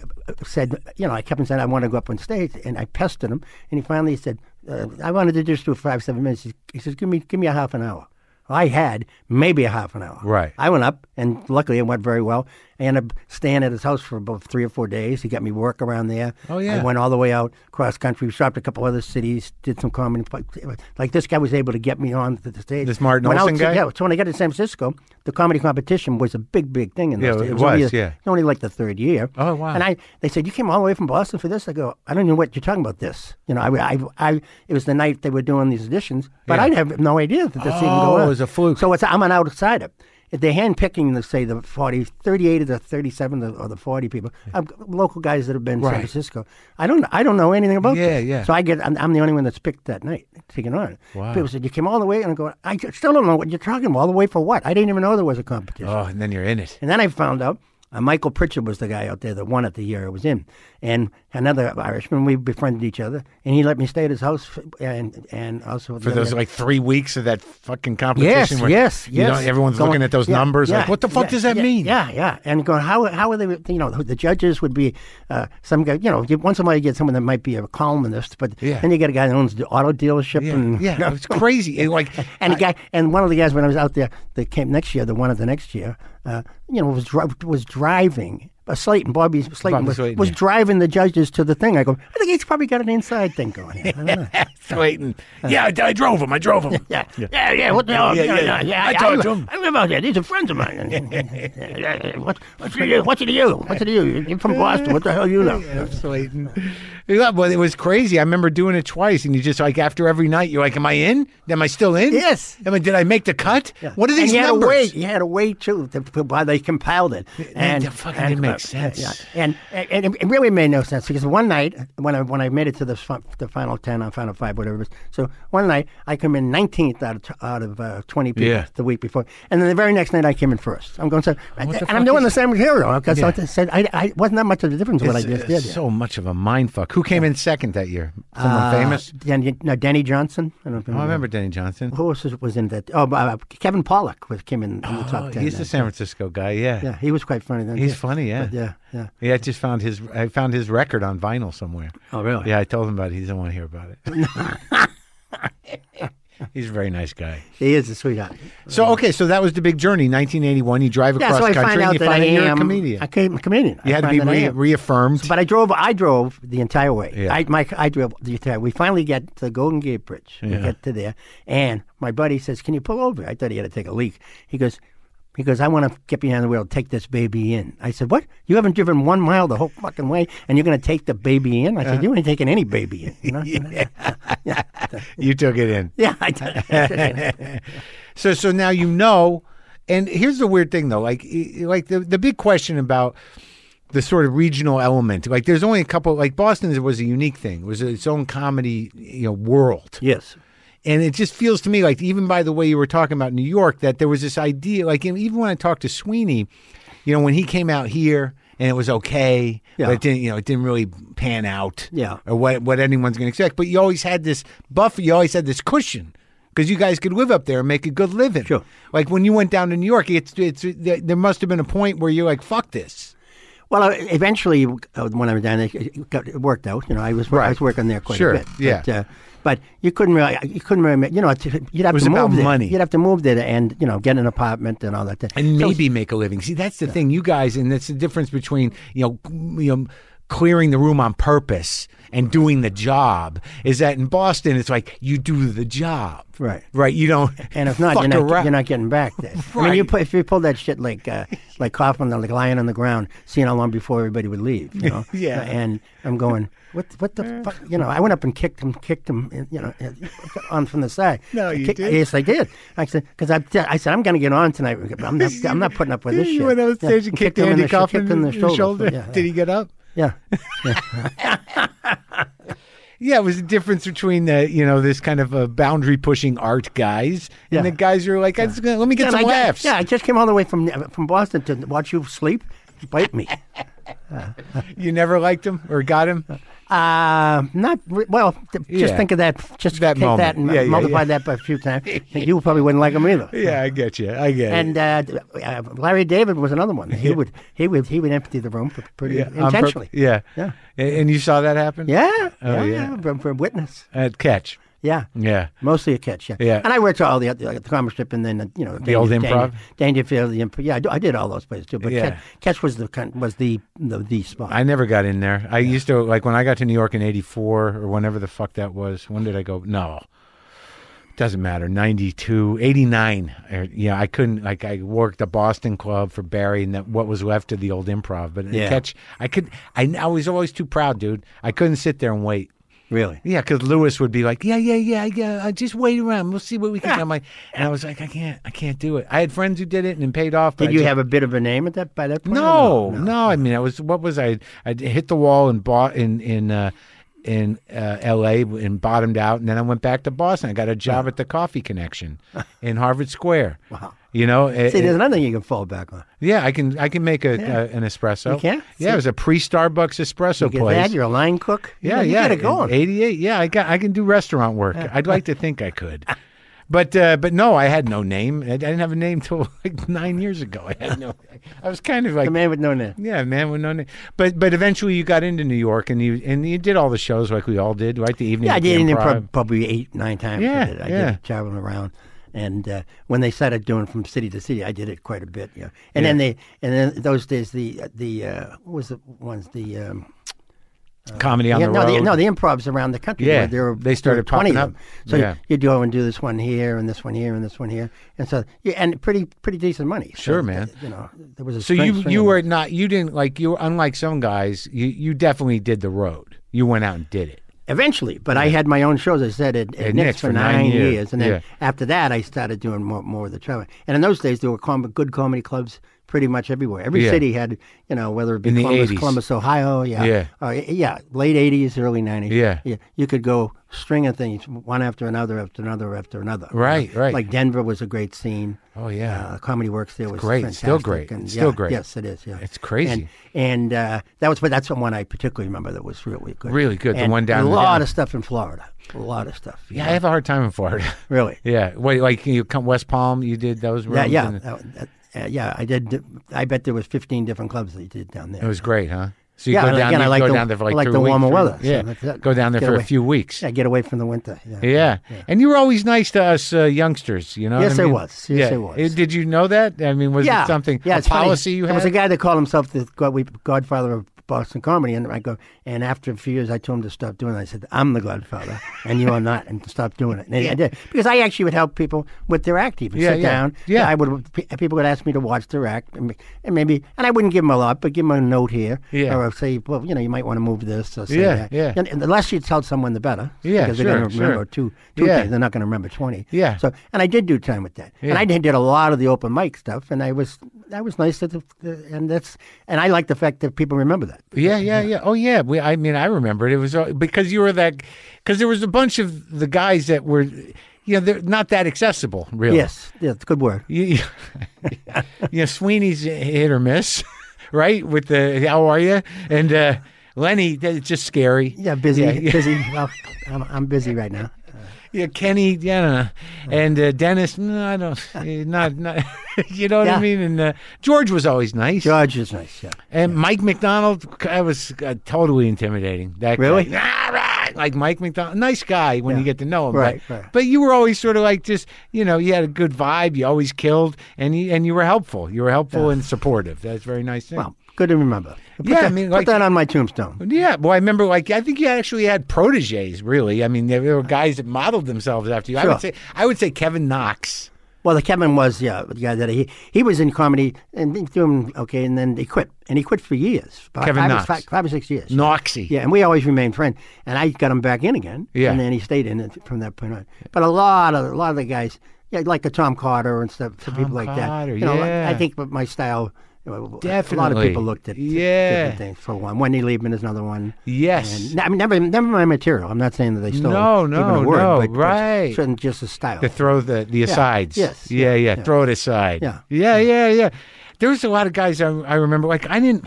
said, you know, I kept on saying I want to go up on stage, and I pestered him, and he finally said, uh, I wanted to just do five, seven minutes. He, he says, give me, give me a half an hour. Well, I had maybe a half an hour.
Right.
I went up, and luckily it went very well. I ended up staying at his house for about three or four days. He got me work around there.
Oh, yeah.
I went all the way out cross country, shopped a couple other cities, did some comedy. Like this guy was able to get me on to the stage.
This Martin
When I
Olsen
was-
guy?
Yeah. So when I got to San Francisco, the comedy competition was a big, big thing in
Yeah,
those days.
it
only
was,
a-
yeah.
only like the third year.
Oh, wow.
And I, they said you came all the way from Boston for this. I go, I don't know what you're talking about. This, you know, I, I, I it was the night they were doing these auditions, but
Yeah.
I have no idea that this even
Oh,
go on.
it was a fluke.
So it's I'm an outsider. If they're handpicking, the, say the 40, 38 of the 37 or the- or the 40 people, I'm, local guys that have been in
Right.
San Francisco. I don't, I don't know anything about
Yeah,
this.
yeah.
So I get, I'm, I'm the only one that's picked that night, taken on.
Wow.
People said you came all the way, and I go, I still don't know what you're talking about. All the way for what? I didn't even know there was a competition.
Oh, and then you're in it.
And then I found out uh, Michael Pritchard was the guy out there that won it the year I was in, and another Irishman. We befriended each other, and he let me stay at his house, f- and and also
For those like three weeks of that fucking competition,
Yes,
where
yes,
you
yes.
know everyone's
Going-
looking at those
yeah,
numbers,
yeah,
like what the fuck
yeah,
does that
yeah,
mean?
Yeah, yeah, and going how how are they? You know, the judges would be uh, some guy. You know, you- once in a while you get someone that might be a columnist, but
Yeah.
then you get a guy that owns the auto dealership,
yeah,
and
Mm. yeah,
you know,
it's crazy. It,
[laughs]
like, [laughs]
and a guy, and one of the guys when I was out there that came next year, the one of the next year, uh, you know, was dri- was driving. Uh, Slayton, Bobby Slayton,
Bobby
was,
Slayton,
was
yeah.
driving the judges to the thing. I go, I think he's probably got an inside thing going. Here. I don't
[laughs]
know.
Clayton, yeah, I, I drove him. I drove him.
Yeah, yeah, yeah. What the hell?
Yeah,
Yeah,
yeah.
yeah, yeah.
I talked to
live-
him.
I live out there. These are friends
[laughs]
of mine. [laughs] Yeah, yeah, yeah. what, what's it to you? What's it to you? What's it to you? You're from Boston. What the hell you know?
Yeah, Slayton. Yeah, well, it was crazy. I remember doing it twice, and you just like after every night, you're like, "Am I in? Am I still in?
Yes.
Am I? Did I make the cut? What are
And
these
you
numbers?
Had a way, you had a way too to, to why they compiled it, and
that fucking didn't make sense.
yeah, and, and, and it really made no sense because one night when I when I made it to the fi- the final ten or final five, whatever it was, so one night I come in nineteenth out of t- out of uh, twenty people
Yeah.
the week before, and then the very next night I came in first. I'm going so, and,
the
I'm
fuck
doing
is-
the same material because
Yeah.
I said I, I wasn't that much of a difference what I
It's-
just
it's
did.
so much of a mind fuck. Who came in second that year? Someone
Uh,
famous.
Dan, no, Danny Johnson. I don't
Oh, I remember Danny Johnson.
Who else was was in that? Oh, uh, Kevin Pollock was came in, in the
Oh,
top ten.
he's the
then.
San Francisco guy. Yeah.
Yeah, he was quite funny then.
He's
yeah.
funny. Yeah.
But yeah, yeah.
Yeah, I just found his. I found his record on vinyl somewhere.
Oh, really? [laughs]
Yeah, I told him about it. [laughs] He doesn't want to hear about it. He's a very nice guy.
He is a sweetheart.
So okay, so that was the big journey. 1981, you drive
Yeah,
across
so I
country,
find
and
out
you
that
find
I
out you're
am
a comedian.
I came a comedian.
you
I
had to
find
be
that I
re-
am.
reaffirmed.
But I drove. I drove the entire way.
Yeah.
I, Mike, I drove the entire. We finally get to the Golden Gate Bridge. We
Yeah.
get to there, and my buddy says, "Can you pull over?" I thought he had to take a leak. He goes, "He goes, I want to get behind the wheel, and take this baby in." I said, "What? You haven't driven one mile the whole fucking way, and you're going to take the baby in?" I
Uh-huh.
said, "You ain't taking any baby in."
[laughs]
You know? yeah.
you took it in.
I did.
So so now you know. And here's the weird thing though, like i- like the the big question about the sort of regional element. Like there's only a couple like Boston was a unique thing. It was its own comedy, you know, world.
yes.
And it just feels to me like even by the way you were talking about New York that there was this idea like and even when I talked to Sweeney, you know, when he came out here and it was okay,
Yeah.
but it didn't you know, it didn't really pan out.
Yeah.
Or what what anyone's gonna expect. But you always had this buffer, you always had this cushion. Because you guys could live up there and make a good living.
Sure.
Like when you went down to New York, it's it's there there must have been a point where you're like, "Fuck this."
Well, I, eventually, uh, when I was down there, it, got, it worked out. You know, I was I was working there quite
Sure,
a bit.
yeah.
But, uh, but you couldn't really, uh, you couldn't really, ma- you know, t- you'd have
was
to move
about
there.
money.
You'd have to move there and you know get an apartment and all that. Thing.
and
So-
maybe make a living. See, that's the thing, you guys, and that's the difference between you know, c- you know, clearing the room on purpose and doing the job. Is that in Boston, it's like you do the job,
Right.
Right. You don't,
and if not,
fuck
you're not,
around.
you're not getting back there. I mean, you
Right.
put, if you pulled that shit like uh, like Kaufman, like lying on the ground, seeing how long before everybody would leave. You know.
[laughs] Yeah.
And I'm going, what what the fuck? You know, I went up and kicked him, kicked him, uh, you know, uh, on from the side.
[laughs] No,
I
you
kicked-
did.
Yes, I did. I said because I, I said I'm going to get on tonight. but I'm not I'm not putting up with
[laughs]
this
you
shit.
went on
Yeah,
stage and kicked,
him in
Andy
the sh-
Kaufman
kicked him in the shoulder. Yeah,
Did he get up?
Yeah.
Yeah, it was the difference between the you know this kind of uh, boundary pushing art guys
Yeah.
and the guys who are like, "I'm just gonna- let me get
And
some
I ju-
laughs.
yeah, I just came all the way from uh, from Boston to watch you sleep. Bite me.
You never liked him or got him.
Uh, not re- well. Th- just
Yeah.
think of that. Just
That
take that
moment.
and
Yeah, yeah,
multiply
yeah.
that by a few
[laughs]
times. you probably wouldn't like him either.
Yeah, I get you. I get
And uh, d- uh, Larry David was another one. He would he would he would empty the room p- pretty
you. Yeah, on pur-
intentionally.
Yeah.
Yeah.
And and you saw that happen.
yeah,
Oh,
yeah,
yeah.
yeah, From, from witness.
At catch.
Yeah.
Yeah.
Mostly a catch, yeah.
Yeah.
And I worked all the other, like, the comic strip and then, uh, you know, the
old improv?
Dangerfield, the improv. Yeah, I, do, I did all those places too. But
Yeah.
catch, catch was the kind- was the the, the spot.
I never got in there. I used to like when I got to New York in '84 or whenever the fuck that was. When did I go? No, doesn't matter. '92, '89. Or, yeah, I couldn't. Like I worked the Boston Club for Barry and that, what was left of the old Improv. But
Yeah.
catch, I could. I, I was always too proud, dude. I couldn't sit there and wait.
really.
Yeah, because Lewis would be like, "Yeah, yeah, yeah, yeah. uh, Just wait around. We'll see what we can." do." I'm like, and I was like, "I can't. I can't do it." I had friends who did it and it paid off. But
Did
I
you
just-
have a bit of a name at that by that point? or
no, no, I mean, I was. What was I? I d- hit the wall and bought in in uh, in uh, L.A. and bottomed out, and then I went back to Boston. I got a job at the Coffee Connection in Harvard Square.
Wow.
You know, it-
See,
it-
there's another thing you can fall back on.
yeah, I can I can make a, uh, an espresso.
You can?
Yeah, it was a pre Starbucks espresso
Get
place.
that? You're a line cook.
yeah,
you
yeah,
Get it going.
Eighty-eight. Yeah, I got. I can do restaurant work. I'd like to think I could, [laughs] but uh, but no, I had no name. I I didn't have a name till [laughs] like nine years ago. I had no. I was kind of like
the man with no name.
[laughs] yeah, man, with no name. But but eventually you got into New York and you and you did all the shows like we all did, right? The evening.
Yeah, I
at the
did it
Improv.
prob- probably eight, nine times.
Yeah,
I did, it. I
yeah.
did it traveling around. And uh, when they started doing from city to city, I did it quite a bit. Yeah, and then they, and then those days the the uh, what was the ones the um,
comedy on
yeah,
the
no
road.
the, no the improvs around the country.
Yeah,
where there were,
they started
there were twenty
popping up.
of them. So
Yeah.
you, you'd go and do this one here and this one here and this one here, and so yeah, and pretty pretty decent money. So,
Sure, man.
You know, there was a
so
string-
you
string
you
of
were not you didn't like you were unlike some guys you you definitely did the road. You went out and did it.
Eventually, but I had my own shows. I said at, at
At
Nick's,
Nick's
for nine years, and then
yeah.
after that, I started doing more, more of the traveling. And in those days, there were com- good comedy clubs pretty much everywhere. Every
Yeah.
city had, you know, whether it be
In the
Columbus,
80s.
Columbus, Ohio, yeah,
Yeah.
Uh, yeah, late '80s, early '90s,
Yeah.
You could go string of things one after another, after another, after another. you know.
Right, right.
Like Denver was a great scene.
Oh, yeah.
uh, comedy works there was
great.
fantastic,
Still great.
and,
It's still
yeah,
great.
Yes, it is. Yeah,
It's crazy.
And, and uh, that was, but that's the one I particularly remember that was really good.
Really good, the
And
one down
A
in the
lot
down-
of stuff in Florida. A lot of stuff.
Yeah, I have a hard time in Florida. [laughs]
Really.
yeah, wait, like you come West Palm, you did those rooms.
That- yeah.
and-
that- that- uh, yeah. I did. I bet there was 15 different clubs that you did down there.
it was great, huh? So you
Yeah,
go
and
down,
again,
you
I like
go
the-
down there for like,
I like
two
the
weeks,
warmer
three-
weather, so
Yeah,
that's it.
go down there
Get
for
away-
a few weeks.
Yeah, get away from the winter. Yeah.
Yeah. and you were always nice to us uh, youngsters. You know,
Yes,
what I
I
mean?
was. Yes, I was.
Uh, Did you know that? I mean, was it something
Yeah,
a
it's funny.
policy you
There was a
had?
guy that called himself the God- we- Godfather of Boston comedy, and I go. And after a few years, I told him to stop doing. it. I said, "I'm the Godfather, and you are not, and stop doing it." And I did because I actually would help people with their act. Even
Yeah,
sit
yeah.
down.
Yeah.
I would. pe- People would ask me to watch their act, and ma- and maybe, and I wouldn't give them a lot, but give them a note here,
Yeah.
or say, "Well, you know, you might want to move this." Or say
Yeah,
that.
yeah.
And, and the less you tell someone, the better.
Yeah,
because
sure,
they're going to
sure.
remember two two
Yeah.
things. They're not going to remember twenty.
Yeah.
So and I did do time with that, and I did, did a lot of the open mic stuff, and I was I was nice to the, the and that's and I like the fact that people remember that.
Yeah, yeah, yeah. Oh, yeah. We, I mean, I remember it. It was uh, because you were that, because there was a bunch of the guys that were, you know, they're not that accessible, really.
Yes, yes, good word.
You, you, [laughs] you know, Sweeney's hit or miss, [laughs] right? With the how are you and uh, Lenny, that's just scary.
Yeah, busy,
Yeah, yeah. [laughs]
busy. Well, I'm, I'm busy right now.
Yeah, Kenny, yeah, I don't know. and uh, Dennis. No, I don't. [laughs] eh, Not, not. you know what I
Yeah.
mean? And uh, George was always nice.
George is nice. Yeah,
And Mike McDonald, I was uh, totally intimidating. That guy.
Really?
"Ah, rah," Like Mike McDonald, nice guy when you
Yeah.
get to know him.
Right,
but,
right.
but you were always sort of like just, you know, you had a good vibe. You always killed, and you, and you were helpful. You were helpful and supportive. That's very nice. Thing.
well, good to remember. Put
Yeah, I
that,
mean,
put
like-
that on my tombstone.
Yeah, well, I remember. Like, I think you actually had proteges. Really, I mean, there were guys that modeled themselves after you. I would
Sure.
say, I would say Kevin Knox.
Well, the Kevin was yeah the guy that he he was in comedy and he was doing okay, and then he quit, and he quit for years. About
Kevin
five, or
Knox.
five, five or six years.
Noxy.
Yeah, and we always remained friends. And I got him back in again.
Yeah.
And then he stayed in it from that point on. But a lot of a lot of the guys, yeah, like the Tom Carter and stuff, so people like
Carter,
that. You know, like,
yeah.
I think with my style. you know, A lot of
Definitely.
people looked at
Yeah.
different things for one. Wendy Liebman is another one.
Yes.
And I mean, never, never my material. I'm not saying that they stole
No,
even
no,
a word,
no,
but, but
right.
certain just the style.
to throw the the asides.
Yes.
Yeah, yeah, Throw it aside.
Yeah.
Yeah, yeah, yeah. There was a lot of guys I, I remember. Like I didn't.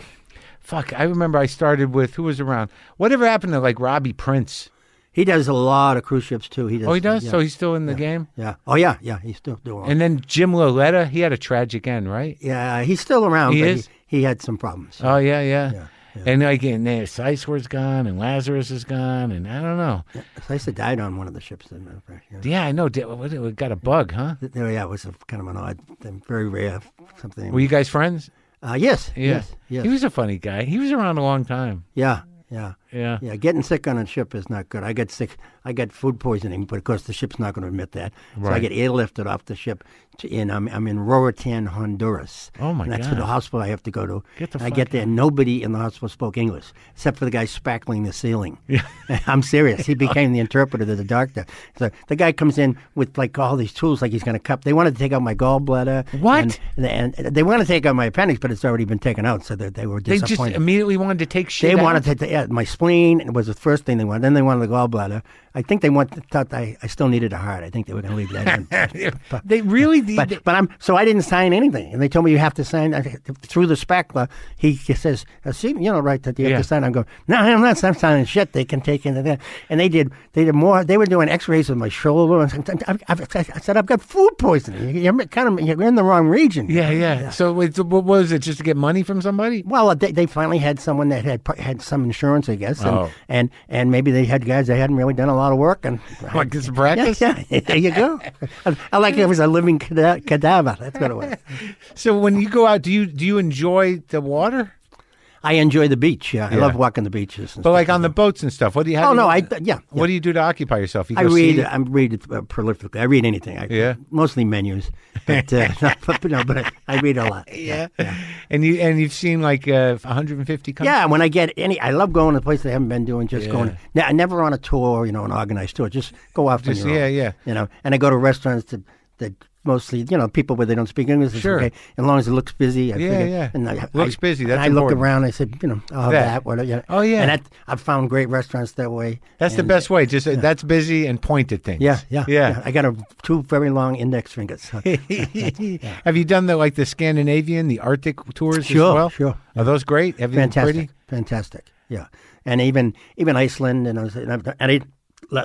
Fuck. I remember I started with who was around. Whatever happened to like Robbie Prince?
he does a lot of cruise ships too. He does.
Oh, he does.
Yeah.
So he's still in the game.
yeah. Oh yeah, yeah. He's still doing.
And then Jim Loletta. He had a tragic end, right?
yeah, he's still around.
He
but
is?
He, he had some problems.
Oh yeah, yeah.
Yeah,
And like and uh, Sizeword's gone, and Lazarus is gone, and I don't know. Yeah,
So I used to died on one of the ships. Didn't I? Yeah.
I know. Di- what- We got a bug, huh?
Th- There, yeah, it was a, kind of an odd, thing, very rare something.
Were you guys friends?
uh, yes,
Yeah.
yes, yes,
He was a funny guy. He was around a long time.
yeah, yeah,
Yeah.
yeah. Getting sick on a ship is not good. I got sick. I got food poisoning, but of course the ship's not going to admit that. So I
Right.
get airlifted off the ship, to, and I'm I'm in Rorotan, Honduras.
Oh, my
and That's
God.
the hospital I have to go to.
Get the
and I
fuck
get there, and nobody in the hospital spoke English except for the guy spackling the ceiling. Yeah. [laughs] I'm
[laughs]
serious. He became the interpreter to the doctor. So the guy comes in with like all these tools, like he's going to cut. They wanted to take out my gallbladder.
What?
And, and, and they want to take out my appendix, but it's already been taken out, so that they were
They just
disappointed.
immediately wanted to take shit.
they
out?
wanted to take yeah, my spleen was the first thing they wanted. Then they wanted the gallbladder. I think they want, thought I, I still needed a heart. I think they were going to leave that in.
[laughs] they really did.
But, but I'm so I didn't sign anything, and they told me you have to sign I, through the spackler. He says, uh, "See, you know, right that you have
Yeah.
to sign." I'm going, "No, I'm not. I'm signing shit. They can take into that." And they did. They did more. They were doing X-rays of my shoulder. And sometimes- I, I, I said, "I've got food poisoning. You're kind of you're in the wrong region."
yeah, yeah, So it's, what was it? Just to get money from somebody? [laughs]
Well, they, they finally had someone that had pro- had some insurance, I guess, and
Oh.
and, and maybe they had guys that hadn't really done a lot of work, and
[laughs] Like this
yeah,
practice?
yeah, [laughs] there you go. I, I like it was a living cada- cadaver. That's what it was.
So when you go out, do you do you enjoy the water?
I enjoy the beach. Yeah, I
Yeah.
love walking the beaches. And
But
stuff.
like on the boats and stuff. What do you? how
oh
do you-
no, I yeah.
What do you do to occupy yourself? You
I
go
read.
see-
I read it, uh, prolifically. I read anything. I,
Yeah.
Mostly menus, but uh, [laughs] no, but, no, but I, I read a lot.
[laughs] yeah. And you and you've seen like uh, 150 countries.
Yeah, when I get any, I love going to places I haven't been doing. Just
Yeah.
going, ne- never on a tour, you know, an organized tour. Just go off. on
Just-
your
yeah,
own,
yeah.
You know, and I go to restaurants that that mostly, you know, people where they don't speak English. It's
Sure.
okay, as long as it looks busy. I
Yeah,
figure,
yeah.
And I,
Looks
I-
busy,
and
that's
I look
important.
around. I said, you know, I'll have
That.
that. whatever. you know.
Oh, yeah.
And that, I've found great restaurants that way.
That's the
and-
best way. Just uh, that's busy and point at things.
Yeah, yeah,
yeah. [laughs]
I got a, two very long index fingers.
Have you done the like the Scandinavian, the Arctic tours as
Sure,
well?
sure.
Are those great? Have you been
fantastic,
pretty?
fantastic. Yeah, and even even Iceland, and I was, and, I've done- and I.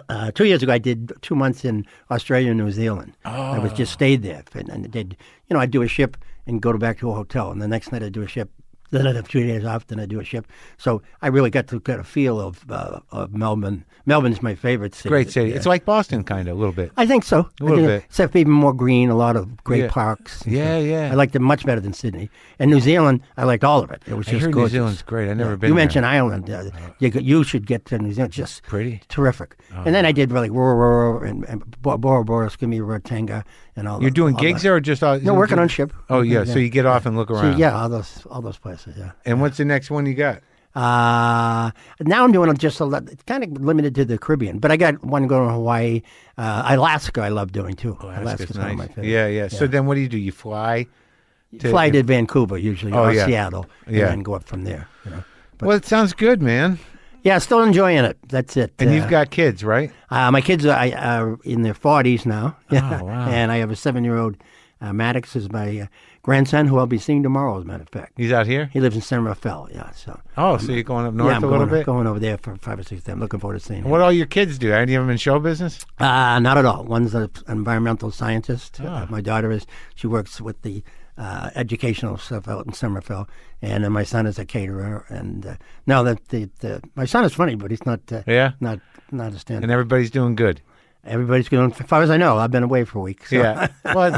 Uh, two years ago, I did two months in Australia and New Zealand. I was
Ah.
just stayed there, and, and did you know I would do a ship and go to back to a hotel, and the next night I would do a ship. Then I'd have two days off. Then I do a shift. So I really got to get a feel of, uh, of Melbourne. Melbourne's my favorite city.
Great city.
Yeah.
It's like Boston, kind of a little bit.
I think so. A
little bit.
Except even more green, a lot of great
Yeah.
parks. and
Yeah,
stuff.
yeah.
I liked it much better than Sydney. And New Zealand, I liked all of it. It was
I
just
heard
gorgeous.
New Zealand's great. I've never been.
you
there. Uh-huh.
mentioned Ireland. Uh, you, could- you should get to New Zealand. Just
Pretty. Oh,
terrific. and then I did really Rora Rora and, and Bora Bora, Skimmy Rotanga, and all.
You're doing
all
gigs
that.
there or just uh,
No, working on ship.
Oh yeah, so you get off and look
So,
around.
yeah, all those all those places. Yeah.
And what's the next one you got?
Uh, now I'm doing just a lot. It's kind of limited to the Caribbean, but I got one going to Hawaii, uh, Alaska. I love doing too.
Oh, Alaska's
one of my
nice.
favorites.
yeah, yeah, So then what do you do? You fly. to-
Fly to Vancouver usually
Oh,
or
yeah.
Seattle, and
Yeah.
then go up from there. You know. But
well, it sounds good, man.
yeah, still enjoying it. That's it.
And
Uh,
you've got kids, right?
Uh, my kids are, I- are in their 40s now.
Oh, wow.
[laughs] and I have a seven year old. Uh, Maddox is my uh, grandson, who I'll be seeing tomorrow, as a matter of fact.
He's out here.
He lives in San Rafael, yeah. So,
Oh, so you're going up north
yeah, I'm
a little
going,
bit.
going over there for five or six days. I'm looking forward to seeing him.
What do all your kids do? Any of them in show business?
Uh, not at all. One's an environmental scientist.
Ah.
Uh, my daughter is, she works with the uh, educational stuff out in Somerville. And then my son is a caterer. And uh, no, that the, the, my son is funny, but he's not, uh,
Yeah.
not, not a stand
And everybody's doing good.
Everybody's going, as far as I know, I've been away for a week. So. [laughs]
Yeah. well,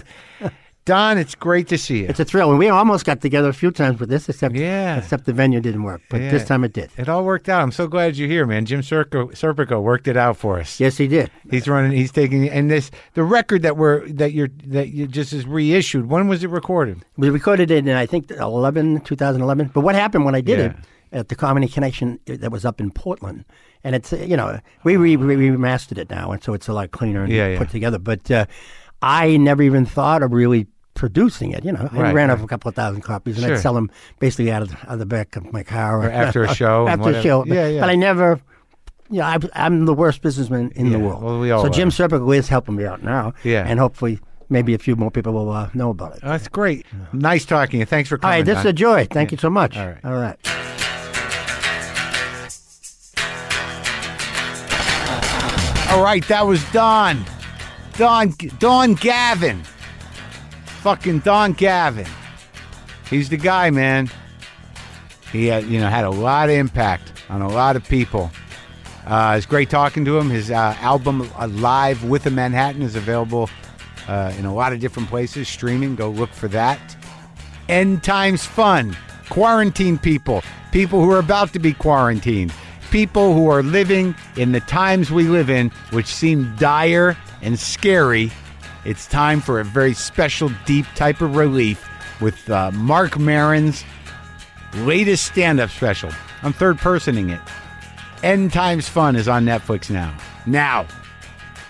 Don, it's great to see you.
It's a thrill, and we almost got together a few times with this, except
Yeah.
except the venue didn't work. But
Yeah.
this time it did.
It all worked out. I'm so glad you're here, man. Jim Serco, Serpico worked it out for us.
Yes, he did.
He's running. He's taking. And this the record that we're that you're that you just is reissued. When was it recorded?
We recorded it in I think 11, 2011. But what happened when I did it at the Comedy Connection uh, that was up in Portland, and it's uh, you know we re- re- remastered it now, and so it's a lot cleaner and
Yeah, yeah.
put together. But uh, I never even thought of really producing it. You know, I
Right,
ran
right.
off a couple of thousand copies, and
Sure.
I'd sell them basically out of, the, out of the back of my car
Or after
[laughs]
a show and
after a
whatever.
show. But-
Yeah, yeah.
But I never. You know, I, I'm the worst businessman in the
Yeah,
world.
well, we all
so
are.
Jim Serpico is helping me out now.
Yeah.
And hopefully, maybe a few more people will uh, know about it.
Oh, that's great. Nice talking to you. Thanks for
All
coming.
right, this
Don.
is a joy. Thank you so much.
All right.
All right.
All right, that was Don. Don Don Gavin. Fucking Don Gavin. He's the guy, man. He had, you know, had a lot of impact on a lot of people. Uh, it's great talking to him. His uh, album uh, Live with a Manhattan is available uh, in a lot of different places streaming. Go look for that. End times fun. Quarantine people, people who are about to be quarantined, people who are living in the times we live in, which seem dire and scary. It's time for a very special, deep type of relief with uh, Mark Marin's latest stand up special. I'm third personing it. End Times Fun is on Netflix now. Now.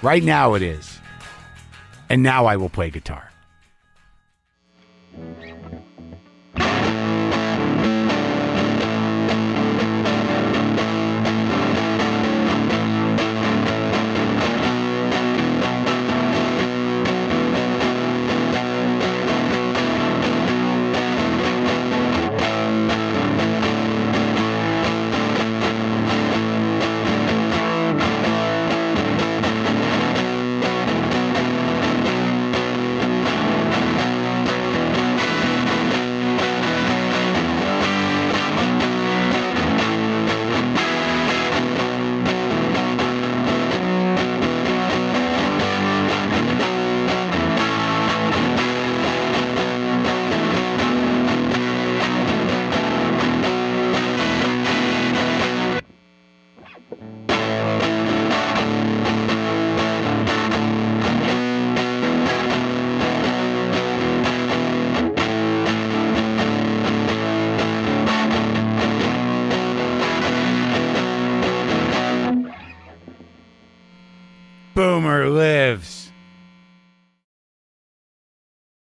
Right now it is. And now I will play guitar. Boomer lives.